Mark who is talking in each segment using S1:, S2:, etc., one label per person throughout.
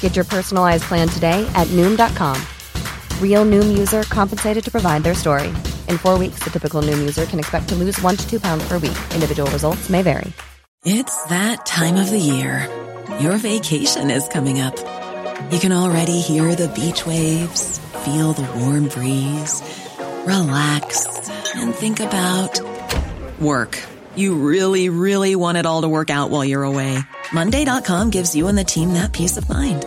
S1: Get your personalized plan today at Noom.com. Real Noom user compensated to provide their story. In four weeks, the typical Noom user can expect to lose one to two pounds per week. Individual results may vary.
S2: It's that time of the year. Your vacation is coming up. You can already hear the beach waves, feel the warm breeze, relax, and think about work. You really, really want it all to work out while you're away. Monday.com gives you and the team that peace of mind.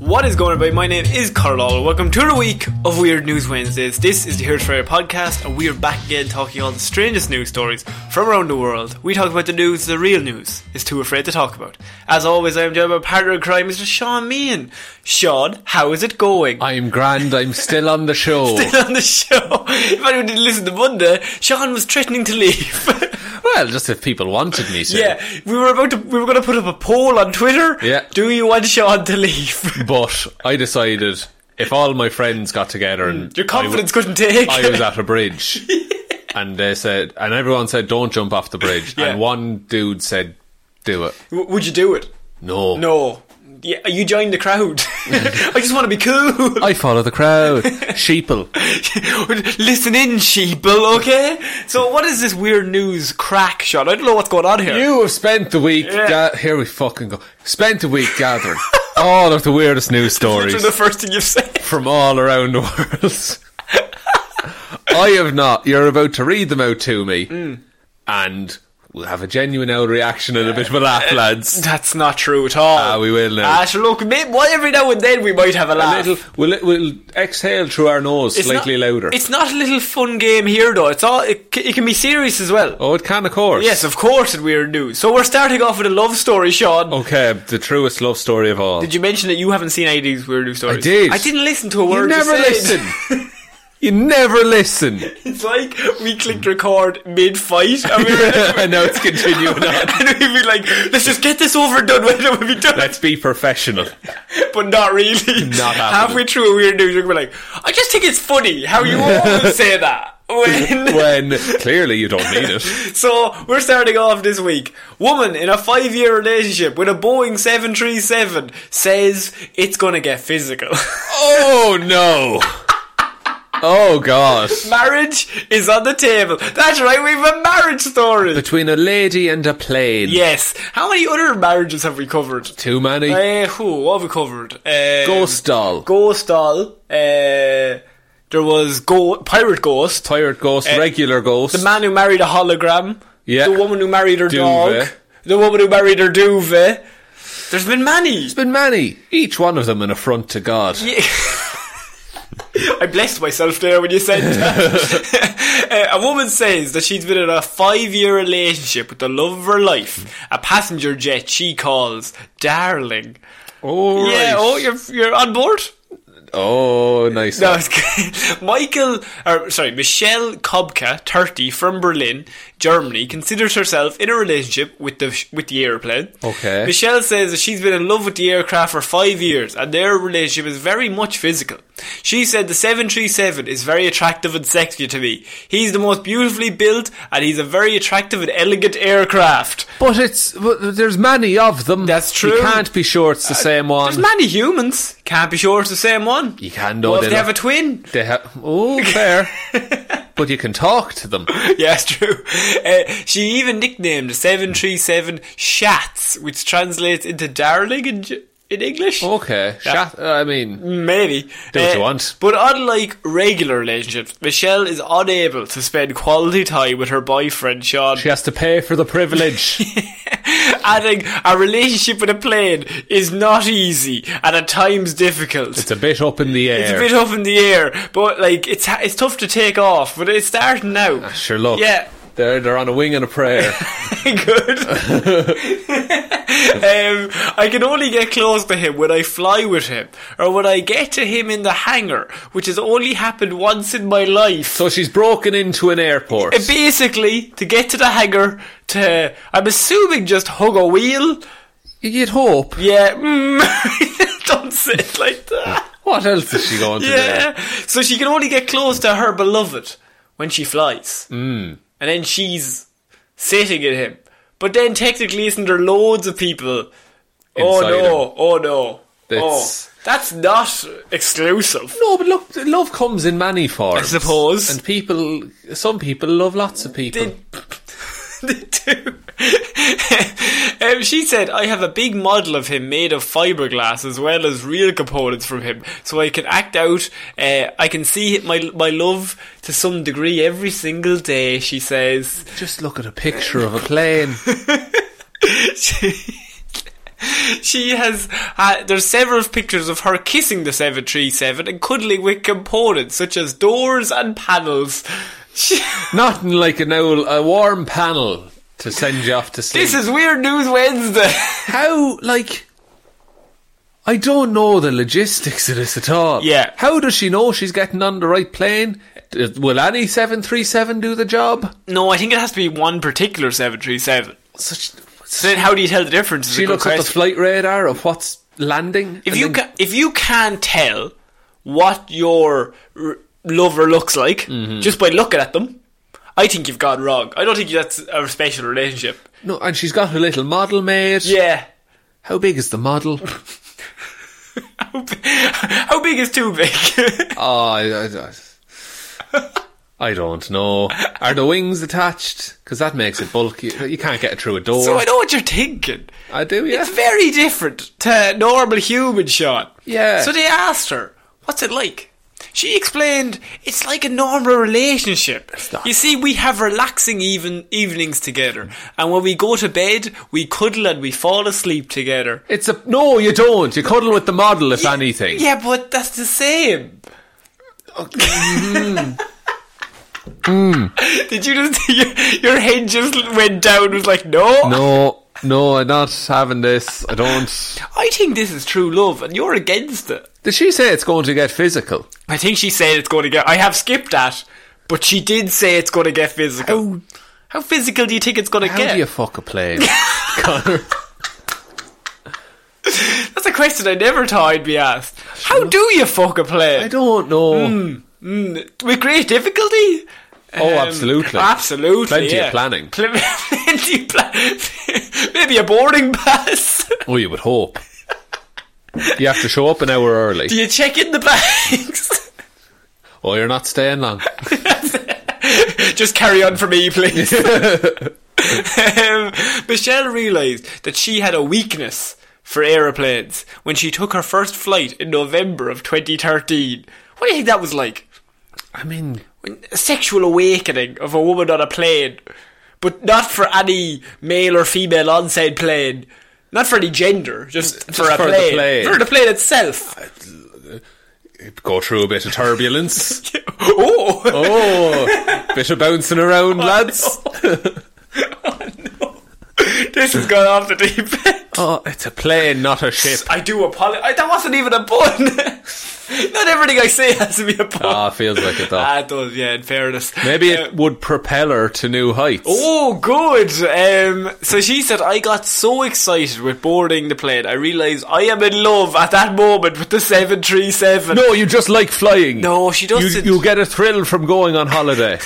S3: What is going on, about? My name is Carl. Lawler. Welcome to the week of Weird News Wednesdays. This is the Here's Fair podcast, and we are back again talking all the strangest news stories from around the world. We talk about the news the real news is too afraid to talk about. As always, I am joined by partner in crime, Mr. Sean Meehan. Sean, how is it going?
S4: I'm grand. I'm still on the show.
S3: on the show, if anyone didn't listen to Monday, Sean was threatening to leave.
S4: well, just if people wanted me to.
S3: yeah, we were about to we were going to put up a poll on Twitter.
S4: Yeah.
S3: do you want Sean to leave?
S4: But I decided if all my friends got together and
S3: Your
S4: I w-
S3: confidence couldn't take.
S4: I was at a bridge, and they said, and everyone said, "Don't jump off the bridge."
S3: Yeah.
S4: And one dude said, "Do it."
S3: W- would you do it?
S4: No,
S3: No. Yeah, you joined the crowd. I just want to be cool.
S4: I follow the crowd. Sheeple.
S3: Listen in, sheeple, okay? So, what is this weird news crack shot? I don't know what's going on here.
S4: You have spent the week.
S3: Yeah.
S4: ga- here we fucking go. Spent the week gathering all of the weirdest news
S3: Literally
S4: stories
S3: the first thing you've said.
S4: from all around the world. I have not. You're about to read them out to me,
S3: Hmm.
S4: and we'll have a genuine old reaction and a bit of a laugh, lads.
S3: That's not true at all.
S4: Ah, we will now.
S3: Ah, so look, maybe, well, every now and then we might have a
S4: A
S3: laugh.
S4: little, we'll, we'll exhale through our nose
S3: It's
S4: slightly
S3: not-
S4: louder.
S3: It's not a little fun game here, though. It's all. It, c- it can be serious as well.
S4: Oh, it can, of course.
S3: Yes, of course, at weird news. So we're starting off with a love story, Sean.
S4: Okay, the truest love story of all.
S3: Did you mention that you haven't seen any of these weird news stories?
S4: I did.
S3: I didn't listen to a
S4: You
S3: word.
S4: never
S3: said.
S4: listen. you never listen.
S3: It's like we clicked record mid fight and we
S4: and
S3: were
S4: now it's continuing on.
S3: and we'd be like, let's just get this over and done with and we'd be done.
S4: Let's be professional.
S3: but not really.
S4: Not happening.
S3: Halfway through a weird news, you're gonna be like, I just think it's funny how you always say that. When
S4: When clearly you don't need it.
S3: So we're starting off this week. Woman in a five year relationship with a Boeing seven three seven says it's gonna get physical.
S4: Oh no. Oh god.
S3: marriage is on the table. That's right, we have a marriage story.
S4: Between a lady and a plane.
S3: Yes. How many other marriages have we covered?
S4: Too many.
S3: Uh, who? What have we covered? Uh,
S4: Ghost doll.
S3: Ghost doll. Uh, there was go- Pirate Ghost.
S4: Pirate ghost,
S3: Uh,
S4: regular ghost.
S3: The man who married a hologram.
S4: Yeah.
S3: The woman who married her
S4: Duvet.
S3: dog. The woman who married her duvet. There's been many.
S4: There's been many. Each one of them an affront to God.
S3: I blessed myself there when you said that. Uh, a woman says that she's been in a five year relationship with the love of her life, a passenger jet she calls darling.
S4: Oh,
S3: Yeah,
S4: right.
S3: oh, you're, you're on board?
S4: Oh, nice.
S3: No,
S4: one.
S3: it's good. Michael, or sorry, Michelle Kobka, 30, from Berlin, Germany, considers herself in a relationship with the with the airplane.
S4: Okay.
S3: Michelle says that she's been in love with the aircraft for five years, and their relationship is very much physical. She said the 737 is very attractive and sexy to me. He's the most beautifully built, and he's a very attractive and elegant aircraft.
S4: But it's but there's many of them.
S3: That's
S4: You
S3: true. Uh,
S4: can't be sure it's the same
S3: There's
S4: one.
S3: many humans. Can't be sure it's the same one.
S4: You can, though,
S3: What if
S4: they
S3: they have a
S4: look-
S3: twin?
S4: they have oh fair. but you can talk to them.
S3: yeah, it's true. Uh, she even nicknamed the 737 Shats, which translates into darling in, J- in English.
S4: Okay, shat- I mean,
S3: Mm. Maybe.
S4: Oh,
S3: Uh,
S4: Do what you want.
S3: But unlike regular relationships, Michelle is unable to spend quality time with her boyfriend, Sean.
S4: she has to pay for the privilege.
S3: Adding, a relationship with a plane is not easy and at times difficult.
S4: it's a bit up in the air.
S3: It's a bit up in the air, but like it's ha- it's tough to take off, but it's starting now.
S4: Sure, look.
S3: Yeah.
S4: They're, they're on a wing and a prayer.
S3: good. um, I can only get close to him when I fly with him, or when I get to him in the hangar, which has only happened once in my life.
S4: so she's broken into an airport.
S3: And basically, to get to the hangar, to I'm assuming just hug a wheel.
S4: You'd hope.
S3: Yeah, mm, don't say it like that.
S4: What else is she going to do?
S3: Yeah. So she can only get close to her beloved when she flies. Mm. And then she's sitting at him. But then technically isn't there loads of people Oh
S4: Inside
S3: no,
S4: him.
S3: oh no. Oh.
S4: That's-
S3: That's not exclusive.
S4: No, but look, love comes in many forms.
S3: I suppose.
S4: And people, some people love lots of people.
S3: They- They do. um, she said, I have a big model of him made of fiberglass as well as real components from him, so I can act out. Uh, I can see my my love to some degree every single day. She says,
S4: Just look at a picture of a plane.
S3: She has. Uh, there's several pictures of her kissing the 737 and cuddling with components such as doors and panels. She-
S4: Nothing like an owl, a warm panel to send you off to sleep.
S3: this is Weird News Wednesday.
S4: how, like, I don't know the logistics of this at all.
S3: Yeah.
S4: How does she know she's getting on the right plane? D- Will any 737 do the job?
S3: no, I think it has to be one particular 737.
S4: Such,
S3: So then, how do you tell the difference? is a
S4: she
S3: good
S4: looks at the
S3: question.
S4: flight radar of what's landing.
S3: if
S4: and
S3: you
S4: then-
S3: ca- if you can tell what your r- lover looks like
S4: Mm-hmm.
S3: just by looking at them, I think you've gone wrong. I don't think that's a special relationship.
S4: No, and she's got her little model made.
S3: Yeah.
S4: How big is the model?
S3: How b- how big is too big?
S4: Oh, I, I, I- I don't know. Are the wings attached? Because that makes it bulky. You can't get it through a door.
S3: so I know what you're thinking.
S4: I do, yeah.
S3: It's very different to normal human shot.
S4: Yeah.
S3: So they asked her, "What's it like?" She explained, "It's like a normal relationship. You see, we have relaxing even evenings together, and when we go to bed, we cuddle and we fall asleep together."
S4: It's a no. You don't. You cuddle with the model, if anything.
S3: Yeah, but that's the same. Did you just your, your head just went down? Was like no.
S4: No, no, I'm not having this. I don't.
S3: I think this is true love, and you're against it.
S4: Did she say it's going to get physical?
S3: I think she said it's going to get. I have skipped that, but she did say it's going to get physical. How, physical do you think it's going to
S4: How
S3: get?
S4: do you fuck a plane, Connor?
S3: That's a question I never thought I'd be asked. How do you fuck a
S4: I
S3: play?
S4: don't know.
S3: Hmm. With great difficulty?
S4: oh,
S3: Um,
S4: absolutely.
S3: Absolutely.
S4: Plenty
S3: yeah.
S4: of planning.
S3: Pl- plenty of planning. Maybe a boarding pass.
S4: Oh, you would hope. You have to show up an hour early.
S3: do you check in the bags?
S4: Oh, you're not staying long.
S3: Just carry on for me, please. um, Michelle realised that she had a weakness for aeroplanes when she took her first flight in November of 2013. What do you think that was like?
S4: I mean,
S3: A sexual awakening of a woman on a plane, but not for any male or female on said plane. Not for any gender, just, for a
S4: for the
S3: plane.
S4: plane.
S3: For the plane itself.
S4: go through a bit of turbulence.
S3: oh!
S4: Oh, bit of bouncing around, lads.
S3: This has gone off the deep end.
S4: Oh, it's a plane, not a ship.
S3: I do apologize. That wasn't even a pun. Not everything I say has to be a pun.
S4: Ah, feels like it though.
S3: Ah, it does, yeah, in fairness.
S4: Maybe
S3: Uh,
S4: it would propel her to new heights.
S3: Oh, good. Um, so she said, I got so excited with boarding the plane. I realised I am in love at that moment with the 737.
S4: No, you just like flying.
S3: No, she doesn't.
S4: You, you get a thrill from going on holiday.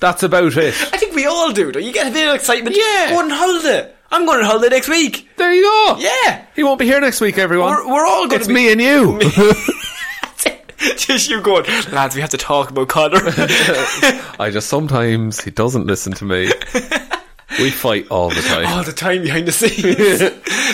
S4: That's about it.
S3: I think we all do, though. You get a bit of excitement. Yeah. Go on holiday. I'm going on holiday next week.
S4: There you go.
S3: Yeah.
S4: He won't be here next week, everyone.
S3: We're, we're all going
S4: it's
S3: to be.
S4: me and you.
S3: Just you going, lads, we have to talk about Connor.
S4: I just sometimes he doesn't listen to me. We fight all the time.
S3: all the time behind the scenes.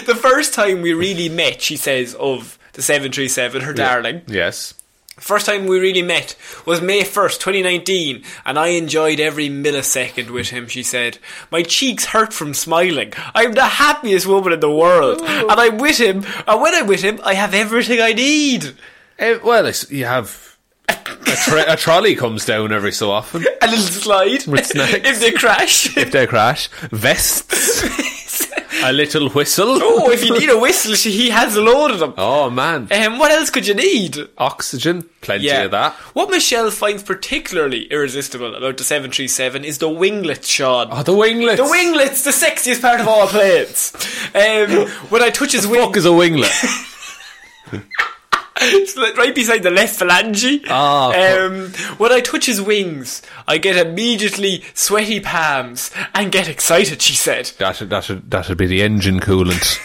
S3: the first time we really met, she says, of the 737, her darling.
S4: Yes.
S3: First time we really met was May 1st, 2019, and I enjoyed every millisecond with him, she said. My cheeks hurt from smiling. I'm the happiest woman in the world, and I'm with him, and when I'm with him, I have everything I need.
S4: Eh, well, it's, you have a, tra- a trolley comes down every so often
S3: A little slide.
S4: With snacks.
S3: if they crash.
S4: if they crash. Vests, a little whistle.
S3: oh, if you need a whistle, she, he has a load of them.
S4: Oh man,
S3: Um, what else could you need?
S4: oxygen, plenty of that.
S3: What Michelle finds particularly irresistible about the 737 is the winglet, Sean.
S4: Oh, the winglets.
S3: the winglets, the sexiest part of all planes. Um, when I touch his wing,
S4: Fuck is a winglet.
S3: it's like right beside the left phalange.
S4: Ah,
S3: um, when I touch his wings, I get immediately sweaty palms and get excited. She said,
S4: That that that would be the engine coolant.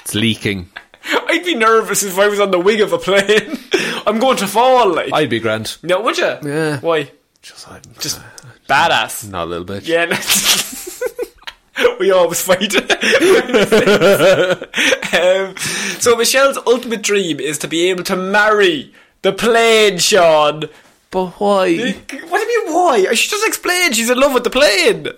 S4: it's leaking.
S3: "I'd be nervous if I was on the wing of a plane. I'm going to fall." Like,
S4: I'd be grand.
S3: no, would you?
S4: Yeah.
S3: Why?
S4: Just, I'm,
S3: Just badass.
S4: not a little bit.
S3: Yeah. no- We always fight. um, so Michelle's ultimate dream is to be able to marry the plane, Sean.
S4: But why?
S3: What do you mean why? Uh, She just explained she's in love with the plane.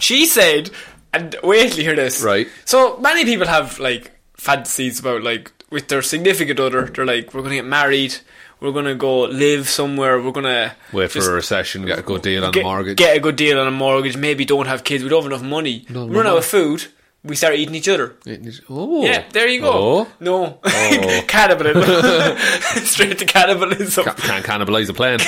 S3: She said, and wait till you hear this.
S4: Hmm. Right.
S3: So many people have like fantasies about like with their significant other. They're like, we're gonna get married. We're gonna go live somewhere. We're gonna
S4: Wait for
S3: just-
S4: a recession, get a good deal on
S3: get,
S4: the mortgage.
S3: Get a good deal on a mortgage. Maybe don't have kids. We don't have enough money.
S4: No,
S3: we run
S4: no,
S3: out
S4: no.
S3: of food. We start eating each other.
S4: oh,
S3: Yeah, there you go.
S4: Oh.
S3: No,
S4: Oh.
S3: cannibalism. Straight to cannibalism.
S4: Ca- Can't cannibalise a plane.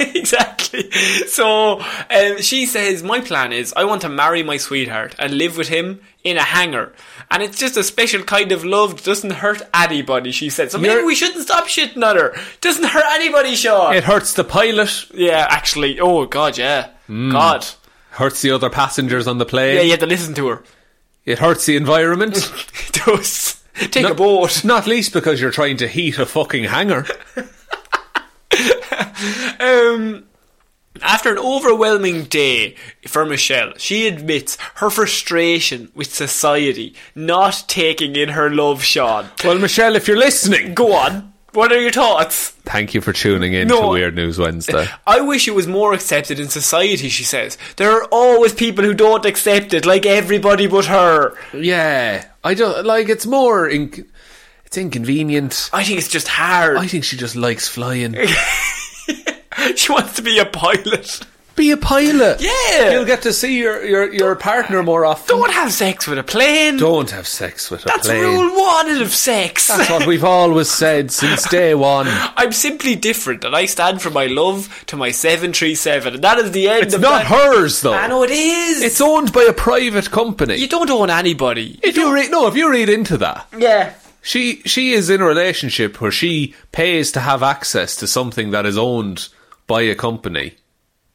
S3: exactly. So um, she says, My plan is I want to marry my sweetheart and live with him in a hangar. And it's just a special kind of love that doesn't hurt anybody, she said. So maybe
S4: You're-
S3: we shouldn't stop shitting on her. Doesn't hurt anybody, Sean.
S4: it hurts the pilot.
S3: yeah, actually. Oh, God, yeah.
S4: Hmm.
S3: God.
S4: Hurts the other passengers on the
S3: Yeah,
S4: plane.
S3: you had to listen to her.
S4: It hurts the environment.
S3: It does. Take
S4: No-
S3: a boat.
S4: Not least because you're trying to heat a fucking hangar.
S3: Um, after an overwhelming day for Michelle, she admits her frustration with society not taking in her love, Sean.
S4: Well, Michelle, if you're listening,
S3: Go on. What are your thoughts?
S4: thank you for tuning in
S3: No.
S4: to Weird News Wednesday.
S3: I wish it was more accepted in society, she says. There are always people who don't accept it, like everybody but her.
S4: Yeah, I don't like. It's more in, it's inconvenient.
S3: I think it's just hard.
S4: I think she just likes flying.
S3: she wants to be a pilot.
S4: Be a pilot.
S3: Yeah.
S4: you'll get to see your your, your partner more often.
S3: Don't have sex with a plane.
S4: Don't have sex with a
S3: That's
S4: plane.
S3: rule one of sex.
S4: That's what we've always said since day one.
S3: I'm simply different, and I stand for my love to my 737, and that is the end
S4: It's
S3: of
S4: not
S3: that.
S4: hers though.
S3: I know it is.
S4: It's owned by a private company.
S3: you don't own anybody.
S4: if you read no, if you read into that,
S3: Yeah.
S4: She she is in a relationship where she pays to have access to something that is owned by a company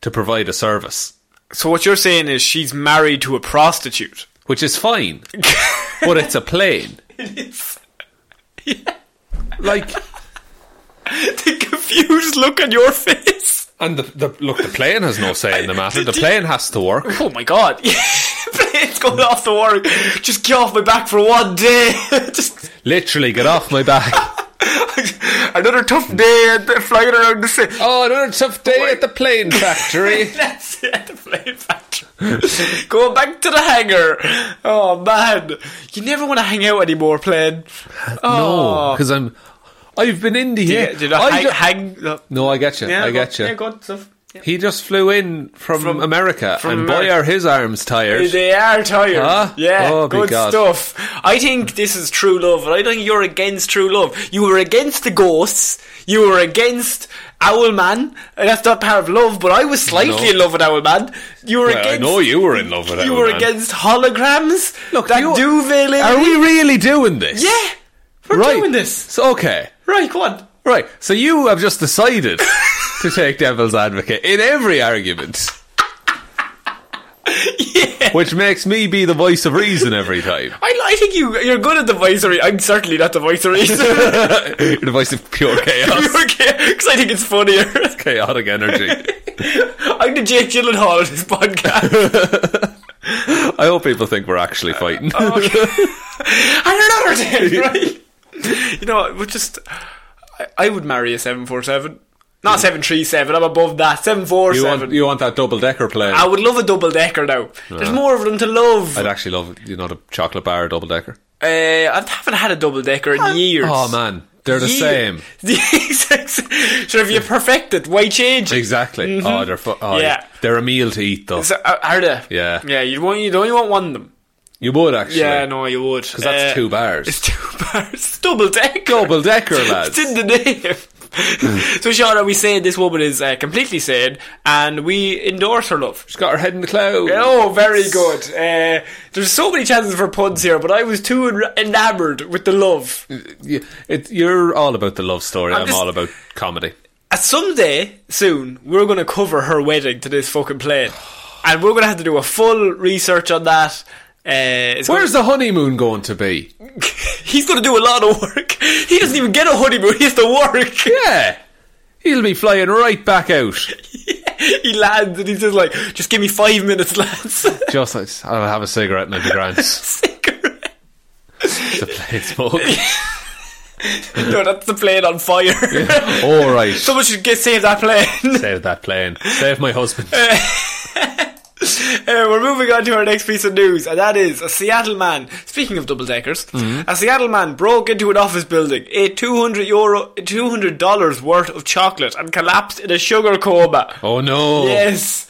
S4: to provide a service,
S3: So what you're saying is she's married to a prostitute.
S4: which is fine, but it's a plane. Like
S3: the confused look on your face.
S4: and the, the look, the plane has no say in the matter. The plane has to work.
S3: Oh my god. it's going off the work. Just get off my back for one day. Just
S4: Literally, get off my back.
S3: another tough day and flying around the city.
S4: Oh, another tough day at the plane factory.
S3: That's it, the plane factory. Going back to the hangar. Oh man, you never want to hang out anymore, plane.
S4: No,
S3: Oh.
S4: because I'm. I've been in the
S3: Yeah, did I, hang?
S4: I ju-
S3: hang no.
S4: no, I get you. I get you.
S3: Yeah, good stuff. Yeah.
S4: He just flew in from,
S3: From-
S4: America,
S3: from
S4: and
S3: America.
S4: boy, are his arms tired.
S3: They are tired.
S4: Huh?
S3: Yeah,
S4: Oh, be
S3: good
S4: God.
S3: stuff. I think this is true love, and I think you're against true love. You were against the ghosts. You were against Owlman. And that's not part of love, but I was slightly
S4: No.
S3: in love with Owlman. You were
S4: Well,
S3: against.
S4: I know you were in love with that.
S3: You were
S4: man.
S3: against holograms.
S4: Look,
S3: that
S4: you-
S3: duvet lady.
S4: Are we really doing this?
S3: Yeah, we're
S4: right.
S3: doing this.
S4: So, okay,
S3: Right, go on.
S4: right. So you have just decided to take devil's advocate in every argument. which makes me be the voice of reason every time.
S3: I, I think you you're good at the voice of re- I'm certainly not the voice of reason.
S4: You're the voice of pure chaos,
S3: Because I think it's funnier.
S4: chaotic energy.
S3: I'm the Jake Gyllenhaal of this podcast.
S4: I hope people think we're actually fighting.
S3: Oh, and another thing, right? You know, what, we'll just I, I would marry a seven four seven, not seven three seven. I'm above that seven four
S4: you
S3: seven.
S4: want you want that double decker plane?
S3: I would love a double decker now. There's more of them to love.
S4: I'd
S3: Uh,
S4: actually love you know the chocolate bar double decker.
S3: I haven't had a double decker in years.
S4: Oh man, they're the
S3: Years.
S4: same.
S3: so if you perfect it, why change? it?
S4: Exactly. Oh, they're fu- oh,
S3: Mm-hmm. Yeah.
S4: they're a meal to eat though.
S3: So, uh, are they?
S4: Yeah.
S3: Yeah, you want you only want one of them.
S4: you would actually.
S3: Yeah, no, you would. Because
S4: that's two bars.
S3: It's two bars. It's double decker.
S4: Double decker, lads.
S3: It's in the name. so, Sean, are we saying this woman is uh, completely sane and we endorse her love?
S4: She's got her head in the clouds.
S3: Oh, very good. Uh, there's so many chances for puns here, but I was too en- enamoured with the love.
S4: You- it- you're all about the love story. I'm,
S3: I'm just-
S4: all about comedy.
S3: Uh, someday, soon, we're going to cover her wedding to this fucking plane. And we're going to have to do a full research on that. Uh, it's gonna-
S4: Where's the honeymoon going to be?
S3: he's going to do a lot of work. He doesn't even get a honeymoon. He has to work.
S4: Yeah, he'll be flying right back out.
S3: he lands and he's just like, just give me five minutes, lads.
S4: Just like, I'll have a cigarette and I'll be grand. It's
S3: Cigarette.
S4: a plain smoke.
S3: No, that's the plane on fire.
S4: All right.
S3: Someone should get save that plane.
S4: Save that plane. Save my husband.
S3: Uh, we're moving on to our next piece of news, and that is a Seattle man. Speaking of double deckers, a Seattle man broke into an office building, ate two hundred euro, two hundred dollars worth of chocolate, and collapsed in a sugar coma.
S4: Oh no.
S3: Yes.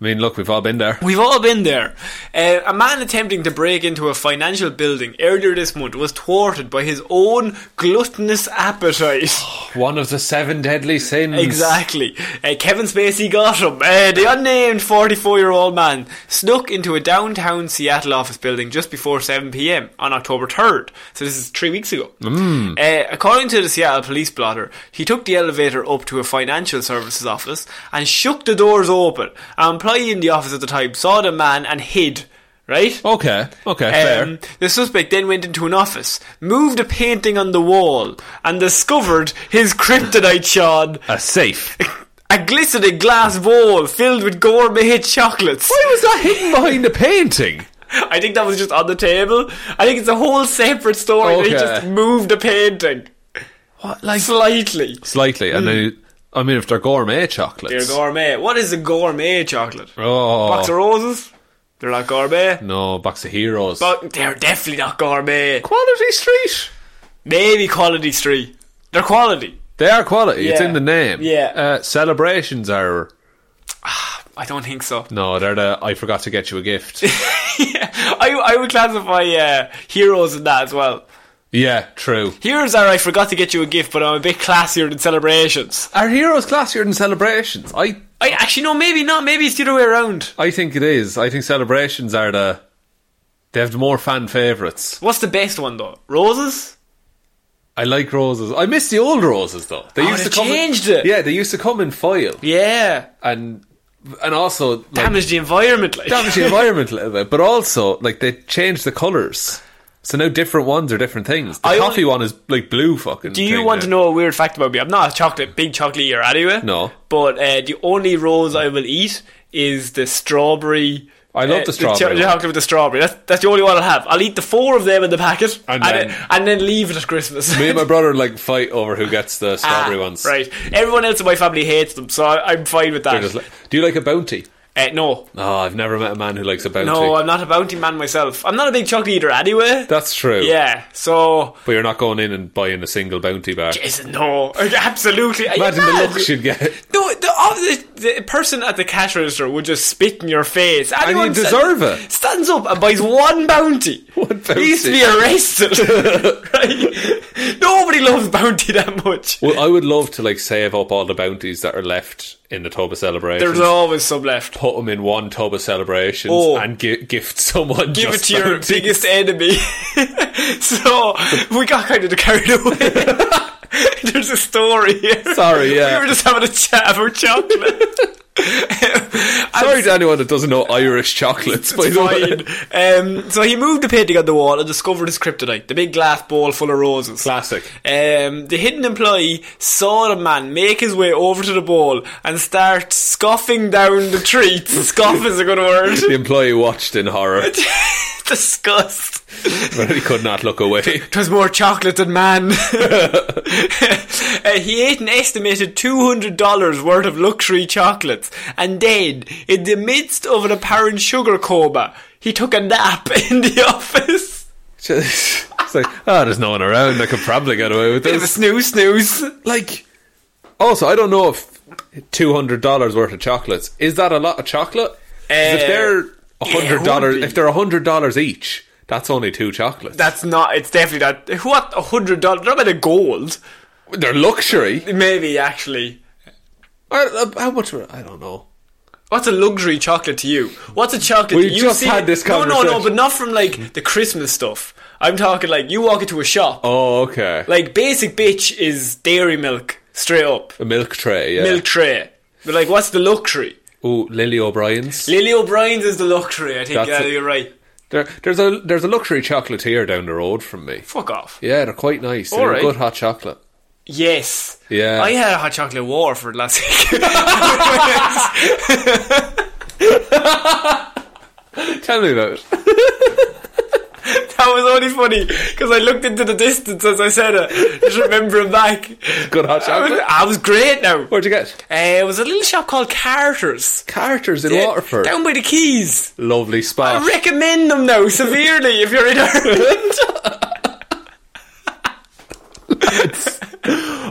S4: I mean, look, we've all been there.
S3: We've all been there. Uh, a man attempting to break into a financial building earlier this month was thwarted by his own gluttonous appetite.
S4: One of the seven deadly sins.
S3: Exactly. Uh, Kevin Spacey got him. Uh, the unnamed 44 year old man snuck into a downtown Seattle office building just before 7 pm on October 3rd. So this is three weeks ago. Uh, according to the Seattle police blotter, he took the elevator up to a financial services office and shook the doors open. An employee in the office at the time saw the man and hid. Right?
S4: Okay. Okay.
S3: Um,
S4: Oh, fair.
S3: the suspect then went into an office, moved a painting on the wall, and discovered his kryptonite, Sean.
S4: A safe.
S3: A glistening glass bowl filled with gourmet chocolates.
S4: Why was that hidden behind a painting?
S3: I think that was just on the table. I think it's a whole separate story. They
S4: Okay.
S3: just moved the painting. What, like slightly?
S4: Slightly, and then I mean, if they're gourmet
S3: They're
S4: chocolates.
S3: gourmet. What is a gourmet chocolate?
S4: oh
S3: Box of roses? They're not gourmet.
S4: no, box of heroes.
S3: But they're definitely not gourmet.
S4: quality Street.
S3: Maybe quality street. They're quality.
S4: They are quality. It's
S3: Yeah.
S4: in the name.
S3: Yeah.
S4: Uh, celebrations are.
S3: I don't think so.
S4: No, they're the. I forgot to get you a gift.
S3: I I would classify uh, heroes in that as well.
S4: yeah, true.
S3: Heroes are I forgot to get you a gift, but I'm a bit classier than celebrations.
S4: Are heroes classier than celebrations? I
S3: I actually no, maybe not. Maybe it's the other way around.
S4: I think it is. I think celebrations are the. They have more fan favourites.
S3: What's the best one though? Roses?
S4: I like roses. I miss the old roses though. They
S3: Oh,
S4: used
S3: they
S4: to come
S3: changed
S4: in,
S3: it.
S4: Yeah, they used to come in foil
S3: Yeah.
S4: and and also like,
S3: Damage the environment, like.
S4: damage the environment a little bit, but also like they changed the colours. So now different ones are different things. The
S3: I
S4: coffee
S3: only-
S4: one is like blue fucking.
S3: Do you
S4: thing
S3: want
S4: now.
S3: to know a weird fact about me? I'm not a chocolate, big chocolate eater anyway.
S4: No.
S3: But uh, the only rose I will eat is the strawberry.
S4: I love the strawberry
S3: cho- The,
S4: one.
S3: chocolate with the strawberry. That's, that's the only one I'll have. I'll eat the four of them in the packet and,
S4: And then-
S3: then, and then leave it at Christmas.
S4: Me and my brother like fight over who gets the
S3: Ah,
S4: strawberry ones.
S3: Right. Everyone else in my family hates them, so I, I'm fine with
S4: They're
S3: that.
S4: just like, Do you like a bounty?
S3: uh, no.
S4: Oh, I've never met a man who likes a bounty.
S3: No, I'm not a bounty man myself. I'm not a big chocolate eater anyway.
S4: That's true.
S3: Yeah, so
S4: But you're not going in and buying a single bounty bar.
S3: is no, absolutely. Are you
S4: Imagine the
S3: mad?
S4: looks you'd get.
S3: No, the, oh, the, the person at the cash register would just spit in your face.
S4: you
S3: Anyone
S4: deserve it.
S3: Stands up and buys one bounty.
S4: One bounty.
S3: He needs to be arrested. right? Nobody loves bounty that much.
S4: Well, I would love to like save up all the bounties that are left in the tub of celebrations.
S3: There's always some left.
S4: Put them in one tub of celebrations
S3: Oh.
S4: and gi- gift someone.
S3: Give it
S4: just
S3: to your
S4: bounty.
S3: biggest enemy. so we got kind of carried away. There's a story here.
S4: Sorry, yeah.
S3: We were just having a chat about chocolate.
S4: Sorry to anyone that doesn't know Irish chocolates, by the way.
S3: Fine. Um, so he moved the painting on the wall and discovered his kryptonite, the big glass bowl full of roses.
S4: Classic.
S3: Um, the hidden employee saw the man make his way over to the bowl and start scoffing down the treat. Scoff is a good word.
S4: The employee watched in horror,
S3: Disgust.
S4: but he could not look away.
S3: Twas more chocolate than man. Uh, he ate an estimated $200 worth of luxury chocolates, and then, in the midst of an apparent sugar coma, he took a nap in the office.
S4: Just, it's like, oh, there's no one around. I could probably get away with
S3: It was a
S4: this.
S3: snooze snooze.
S4: Like, also, I don't know if two hundred dollars worth of chocolates is that a lot of chocolate? 'Cause
S3: Uh,
S4: if
S3: yeah,
S4: they're
S3: it
S4: hundred
S3: would
S4: dollars,
S3: be.
S4: if they're hundred dollars each, that's only two chocolates.
S3: That's not, it's definitely not. What, $100? Not about the gold.
S4: they're luxury.
S3: Maybe, actually.
S4: I,
S3: uh,
S4: I- how much? Were, I don't know.
S3: What's a luxury chocolate to you? What's a chocolate
S4: We
S3: that you
S4: just
S3: see?
S4: had this
S3: No, no, no,
S4: conversation.
S3: but not from like the Christmas stuff. I'm talking like you walk into a shop.
S4: Oh, okay.
S3: Like basic bitch is dairy milk straight up
S4: a milk tray. Yeah.
S3: milk tray. But like, what's the luxury?
S4: Ooh, Lily O'Brien's.
S3: Lily O'Brien's is the luxury. I think
S4: That's
S3: yeah,
S4: it.
S3: you're right.
S4: There, there's a there's a luxury chocolatier down the road from me.
S3: Fuck off.
S4: Yeah, they're quite nice.
S3: All
S4: They're
S3: right.
S4: good hot chocolate.
S3: Yes.
S4: Yeah.
S3: I had a hot chocolate war for last week.
S4: Tell me about it.
S3: that was only funny because I looked into the distance as I said it, just remembering back.
S4: Good hot
S3: I was,
S4: chocolate.
S3: I was great now.
S4: Where'd you get?
S3: Uh, it was a little shop called Carter's.
S4: Carter's in Waterford.
S3: Down by the Keys.
S4: Lovely spot.
S3: I recommend them now severely if you're in Ireland.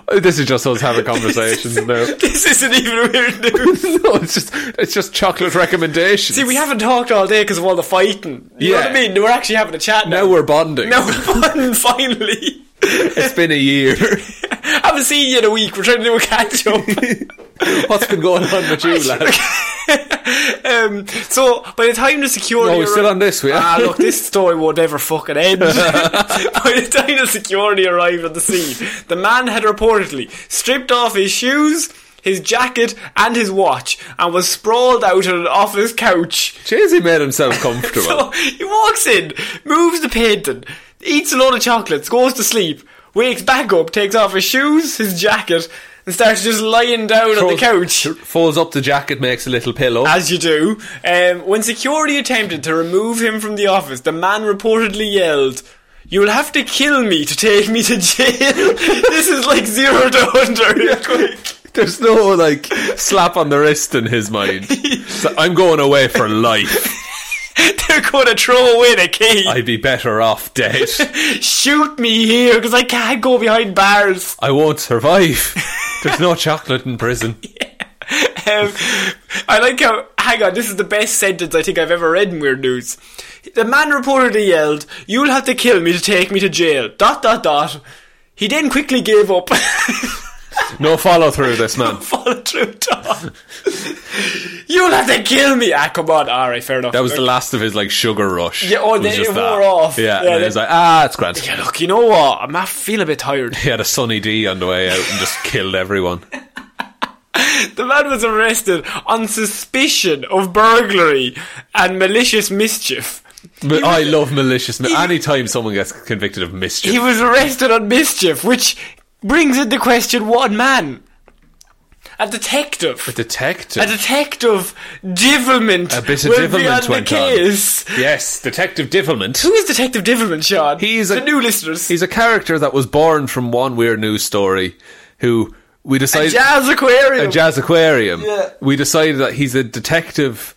S4: Oh, this is just us having conversations now.
S3: this isn't even weird news.
S4: no, it's just it's just chocolate recommendations.
S3: See, we haven't talked all day because of all the fighting. You know
S4: Yeah.
S3: what I mean? We're actually having a chat now.
S4: now we're bonding.
S3: now we're fun, finally.
S4: It's been a year.
S3: haven't seen you in a week. We're trying to do a catch up.
S4: What's been going on with you, lad?
S3: um, so, by the time the security.
S4: No, we're still
S3: arri-
S4: on this, we are.
S3: Ah, look, this story won't ever fucking end. by the time the security arrived on the scene, the man had reportedly stripped off his shoes. His jacket and his watch, and was sprawled out on an office couch.
S4: Jeez, he made himself comfortable.
S3: So he walks in, moves the painting, eats a load of chocolates, goes to sleep, wakes back up, takes off his shoes, his jacket, and starts just lying down on the
S4: Throws-
S3: couch.
S4: folds up the jacket, makes a little pillow.
S3: As you do. Um, when security attempted to remove him from the office, the man reportedly yelled, You'll have to kill me to take me to jail. this is like zero to 100 real quick.
S4: There's no like slap on the wrist in his mind. So I'm going away for life.
S3: They're going to throw away the key.
S4: I'd be better off dead.
S3: Shoot me here because I can't go behind bars.
S4: I won't survive. There's no chocolate in prison.
S3: Um, I like how. Hang on, this is the best sentence I think I've ever read in Weird News. The man reportedly yelled, "You'll have to kill me to take me to jail." Dot dot dot. He then quickly gave up.
S4: No follow through, this man.
S3: Follow through, Tom. You'll have to kill me. Ah, come on. All right, fair enough.
S4: That was the last of his like sugar rush.
S3: Yeah, oh,
S4: It was
S3: then it
S4: just
S3: wore off.
S4: Yeah,
S3: Yeah,
S4: and
S3: that-
S4: it was like, ah, it's grand.
S3: Yeah, look, you know what? I might feel a bit tired.
S4: He had a sunny D on the way out and just killed everyone.
S3: The man was arrested on suspicion of burglary and malicious mischief.
S4: But I love malicious.
S3: he-
S4: Mi- Anytime someone gets convicted of mischief,
S3: He was arrested on mischief, which brings into question one man. A detective.
S4: detective.
S3: A detective divilment.
S4: A bit of
S3: will be
S4: divilment
S3: on
S4: went
S3: the
S4: on.
S3: case.
S4: yes, detective Divilment.
S3: Who is Detective Divilment, Sean?
S4: He's a-
S3: the new listeners.
S4: He's a character that was born from one weird news story. Who we
S3: a
S4: decided
S3: jazz aquarium.
S4: a jazz aquarium.
S3: Yeah.
S4: We decided that he's a detective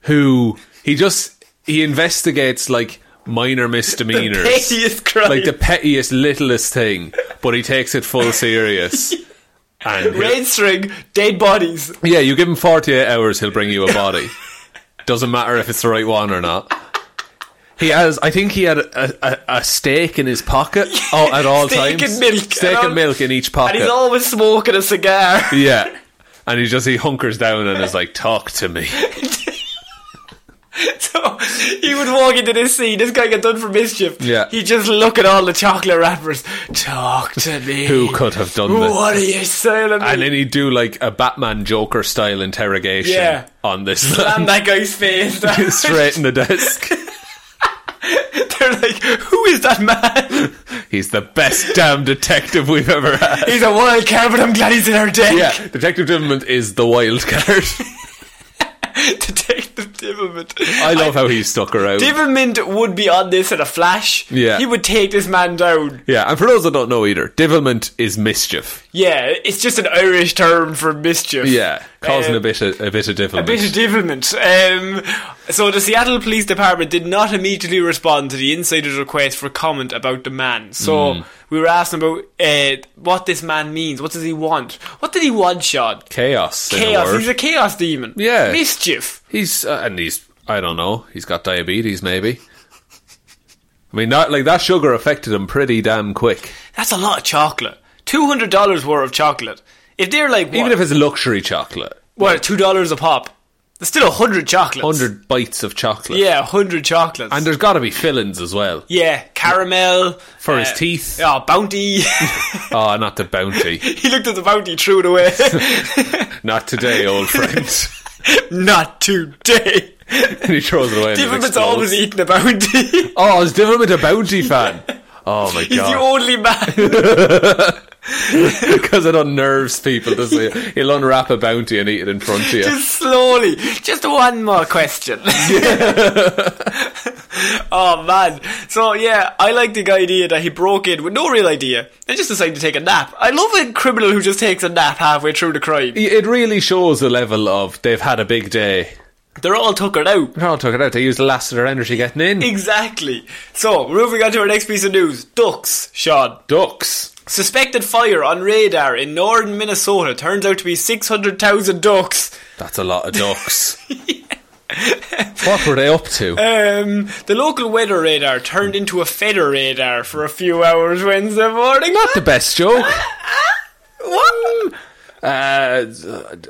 S4: who he just he investigates like minor misdemeanors,
S3: pettiest crime.
S4: like the pettiest, littlest thing, but he takes it full serious. and he'll-
S3: Red string, dead bodies.
S4: yeah, you give him forty eight hours, he'll bring you a body. Doesn't matter if it's the right one or not. He has, I think he had a, a, a steak in his pocket all, at all
S3: Steak
S4: times.
S3: and milk.
S4: steak
S3: all-
S4: and milk in each pocket.
S3: And he's always smoking a cigar.
S4: Yeah. And he just he hunkers down and is like, "Talk to me."
S3: so He would walk into this scene. This guy get done for mischief.
S4: Yeah.
S3: He'd just look at all the chocolate wrappers. Talk to me.
S4: Who could have done this?
S3: What are you saying? to
S4: And
S3: me?
S4: then he'd do like a Batman Joker style interrogation
S3: Yeah.
S4: on this
S3: Slam
S4: man.
S3: that guy's face.
S4: straight in the desk.
S3: They're like, who is that man?
S4: He's the best damn detective we've ever had.
S3: He's a wild card, but I'm glad he's in our deck.
S4: Yeah, Detective Dimond is the wild card.
S3: Detective Dimmerman.
S4: I love how he's stuck around.
S3: Dimmerman would be on this in a flash.
S4: Yeah.
S3: He would take this man down.
S4: yeah, and for those that don't know either, Divilment is mischief.
S3: Yeah, it's just an Irish term for mischief.
S4: Yeah, causing
S3: Uh,
S4: a bit of a bit of
S3: A
S4: divilment.
S3: bit of devilment. Um, so the Seattle Police Department did not immediately respond to the insider's request for comment about the man. So
S4: Hmm.
S3: we were asking about uh, what this man means. What does he want? What did he want, Sean?
S4: chaos. in a
S3: Chaos.
S4: word.
S3: He's a chaos demon.
S4: Yeah.
S3: Mischief.
S4: He's uh, and he's I don't know. He's got diabetes, maybe. I mean, that like that sugar affected him pretty damn quick.
S3: That's a lot of chocolate. Two hundred dollars worth of chocolate. If they're like
S4: Even
S3: what,
S4: if it's luxury chocolate,
S3: what two dollars a pop, there's still a hundred chocolates.
S4: hundred bites of chocolate.
S3: Yeah, hundred chocolates.
S4: and there's got to be fillings as well
S3: yeah, caramel
S4: for
S3: uh,
S4: his teeth.
S3: Oh, bounty.
S4: Oh, not the bounty.
S3: he looked at the bounty, threw it away.
S4: not today, old friend.
S3: Not today.
S4: and he throws it away. and it
S3: Different's
S4: explodes.
S3: always eating the bounty.
S4: Oh, is Divilment a bounty fan? Oh my
S3: He's the
S4: god!
S3: only man.
S4: Because it unnerves people. Doesn't he? He'll unwrap a bounty and eat it in front of you.
S3: Just slowly. Just one more question. oh man. So yeah, I like the idea that he broke in with no real idea and just decided to take a nap. I love a criminal who just takes a nap halfway through the crime.
S4: it really shows the level of they've had a big day.
S3: They're all tuckered out.
S4: Carl took it out. They used the last of their energy getting in.
S3: Exactly. So, moving on to our next piece of news. Ducks, Sean.
S4: Ducks.
S3: Suspected fire on radar in northern Minnesota turns out to be 600,000 ducks.
S4: That's a lot of ducks. What were they up to?
S3: Um, the local weather radar turned into a feather radar for a few hours Wednesday morning.
S4: Not the best joke.
S3: What?
S4: Uh,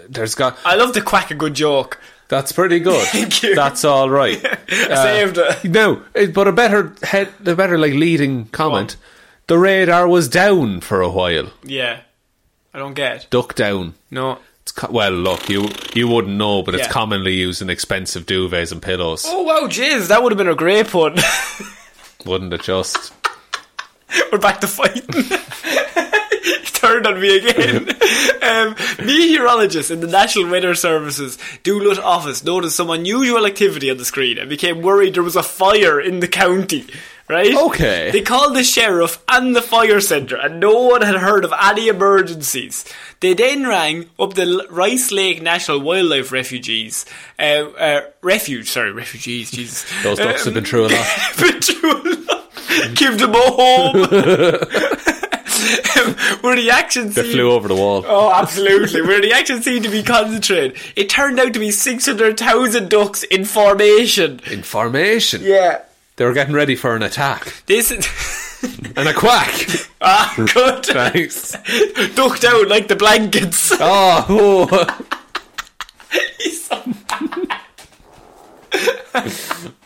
S4: there's got.
S3: I love to quack a good joke.
S4: That's pretty good.
S3: Thank you.
S4: That's all right.
S3: I saved it.
S4: No, it- but a better head, the better like leading comment. The radar was down for a while.
S3: Yeah. I don't get it.
S4: Duck down.
S3: No.
S4: It's co- well, look, you you wouldn't know, but
S3: Yeah.
S4: it's commonly used in expensive duvets and pillows,
S3: Oh, wow, jeez, that would have been a great one.
S4: wouldn't it? Just
S3: We're back to fighting. He Turned on me again. um, meteorologists in the National Weather Service's Doolittle office noticed some unusual activity on the screen and became worried there was a fire in the county. Right?
S4: Okay.
S3: They called the sheriff and the fire centre, and no one had heard of any emergencies. They then rang up the L- Rice Lake National Wildlife Refugees uh, uh, Refuge. Sorry, refugees. Jesus, Uh,
S4: those ducks have been
S3: Um,
S4: through a lot.
S3: Petula. Give them a home. Where the action
S4: They
S3: seemed-
S4: flew over the wall.
S3: Oh, absolutely. Where the action seemed to be concentrated. It turned out to be 600,000 ducks in formation.
S4: In formation.
S3: Yeah.
S4: They were getting ready for an attack.
S3: This is.
S4: And a quack.
S3: ah, good.
S4: Thanks.
S3: Ducked out like the blankets.
S4: Oh, oh.
S3: Um,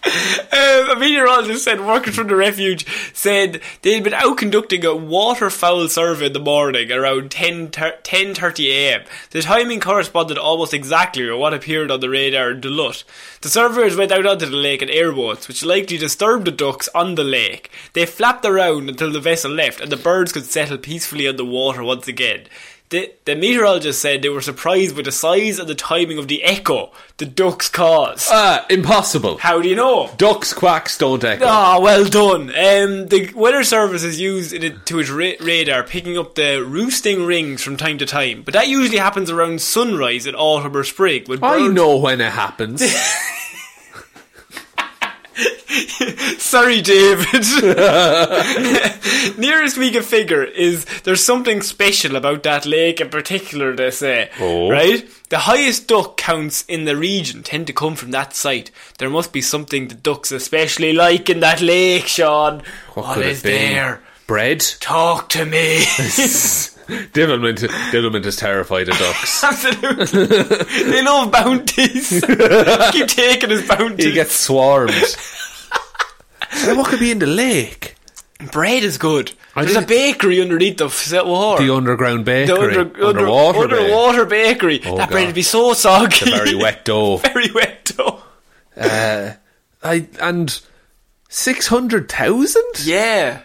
S3: a meteorologist said workers from the refuge said they'd been out conducting a waterfowl survey in the morning around 10, 10.30 a.m. The timing corresponded almost exactly with what appeared on the radar in Duluth. The surveyors went out onto the lake in airboats, which likely disturbed the ducks on the lake. They flapped around until the vessel left and the birds could settle peacefully on the water once again. The, the meteorologist said they were surprised with the size and the timing of the echo the ducks caused.
S4: Ah, impossible.
S3: How do you know?
S4: Ducks quacks don't echo.
S3: Ah, well done. Um, the weather service is used in it, to its ra- radar, picking up the roosting rings from time to time, but that usually happens around sunrise in autumn or spring. When
S4: I
S3: birds-
S4: know when it happens.
S3: Sorry, David. Nearest we can figure is there's something special about that lake in particular, they say.
S4: Oh.
S3: Right? The highest duck counts in the region tend to come from that site. There must be something the ducks especially like in that lake, Sean. what
S4: could it
S3: is
S4: be?
S3: there?
S4: Bread?
S3: Talk to me.
S4: Diddlement, Diddlement is terrified of ducks.
S3: Absolutely. they love bounties. Keep taking his bounties.
S4: he gets swarmed. Now, what could be in the lake?
S3: Bread is good.
S4: I
S3: There's a
S4: didn't-
S3: bakery underneath the set war.
S4: The underground bakery,
S3: under- under-
S4: underwater, bakery.
S3: underwater bakery.
S4: Oh,
S3: that bread
S4: God.
S3: would be so soggy.
S4: The very wet dough.
S3: very wet though.
S4: I and six hundred thousand.
S3: Yeah.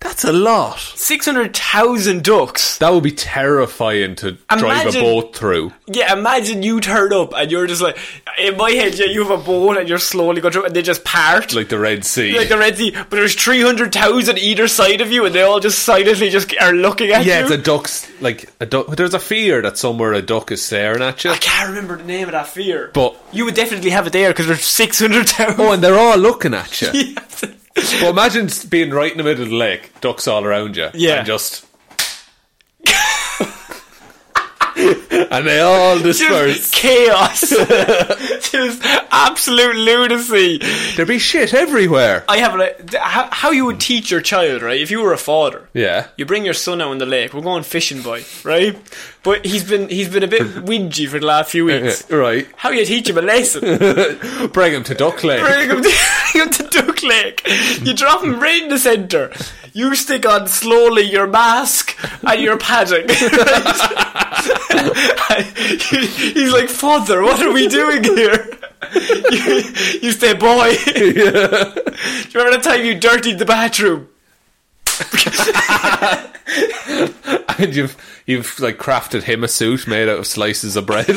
S4: That's a lot.
S3: 600,000 ducks.
S4: That would be terrifying to drive a
S3: Imagine-
S4: boat through.
S3: Yeah, imagine you turn up and you're just like, in my head, yeah, you have a boat and you're slowly going through and they just part.
S4: like the Red Sea.
S3: Like the Red Sea, but there's 300,000 either side of you and they all just silently just are looking at
S4: yeah,
S3: you.
S4: it's a duck's like a duck. There's a fear that somewhere a duck is staring at you.
S3: I can't remember the name of that fear.
S4: But-
S3: you would definitely have it there because there's 600,000.
S4: Oh, and they're all looking at you.
S3: Yes.
S4: Well, imagine s- being right in the middle of the lake, ducks all around you.
S3: Yeah.
S4: and just and they all disperse.
S3: Just chaos. Just absolute lunacy.
S4: There'd be shit everywhere.
S3: I have like how, how you would teach your child, right? If you were a father,
S4: Yeah.
S3: you bring your son out on the lake. We're going fishing, boy, right? But he's been he's been a bit whingy for the last few weeks.
S4: Yeah, right.
S3: How you teach him a lesson?
S4: Bring him to Duck Lake.
S3: Bring him to, bring him to Duck Lake. You drop him right in the centre. You stick on slowly your mask and your padding. He's like, Father, what are we doing here? You, you say, Boy. Do you remember the time you dirtied the bathroom?
S4: and you've you've like crafted him a suit made out of slices of bread.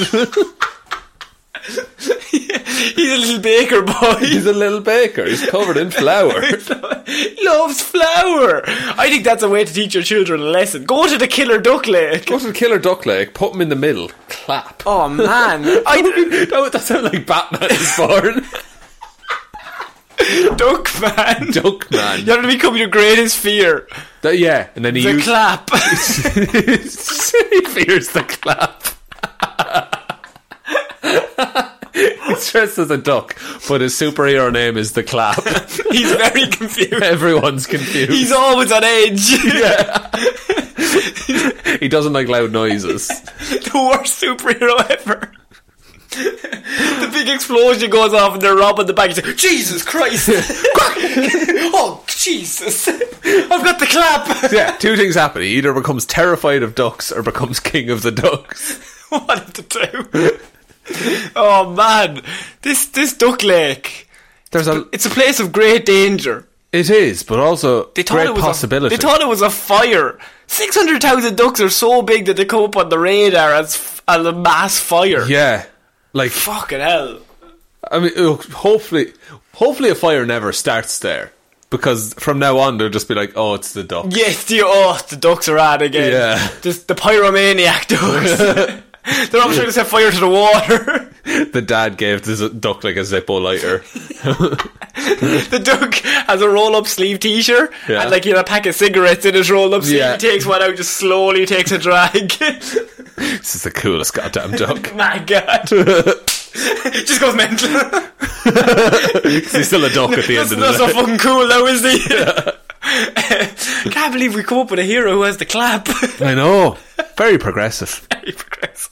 S3: He's a little baker boy.
S4: He's a little baker. He's covered in flour.
S3: Loves flour. I think that's a way to teach your children a lesson. Go to the killer duck lake.
S4: Go to the Killer Duck Lake. Put him in the middle. Clap.
S3: Oh man,
S4: that, would- that sounds like Batman is born.
S3: duck man.
S4: Duck man.
S3: You have to become your greatest fear.
S4: That- yeah, and then he
S3: The
S4: used-
S3: clap.
S4: he fears the clap. He's dressed as a duck, but his superhero name is the clap.
S3: He's very confused.
S4: Everyone's confused.
S3: He's always on edge.
S4: he doesn't like loud noises.
S3: the worst superhero ever. the big explosion goes off and they're robbing the bank. He's like, Jesus Christ! oh, Jesus! I've got the clap!
S4: yeah, two things happen. He either becomes terrified of ducks or becomes king of the ducks.
S3: what to do? oh man, this this duck lake.
S4: There's a.
S3: It's a place of great danger.
S4: It is, but also
S3: They thought
S4: great
S3: it was
S4: possibility.
S3: A, they thought it was a fire. Six hundred thousand ducks are so big that they come up on the radar as f- as a mass fire.
S4: yeah, like
S3: Fucking hell.
S4: I mean, look, hopefully, hopefully, a fire never starts there because from now on they'll just be like, "Oh, it's the duck."
S3: Yes, the oh the ducks are at again.
S4: Yeah.
S3: Just the pyromaniac ducks. They're all trying to set fire to the water.
S4: The dad gave the duck like a Zippo lighter.
S3: the duck has a roll up sleeve t shirt
S4: Yeah.
S3: and like he had a pack of cigarettes in his roll up sleeve.
S4: Yeah.
S3: He takes one out, just slowly takes a drag.
S4: this is the coolest goddamn duck.
S3: My god. just goes mental.
S4: 'Cause he's still a duck at the end
S3: That's
S4: of the
S3: not
S4: day.
S3: so fucking cool though, is he? Can't believe we come up with a hero who has the clap. Um,
S4: I know. Very progressive.
S3: Very progressive.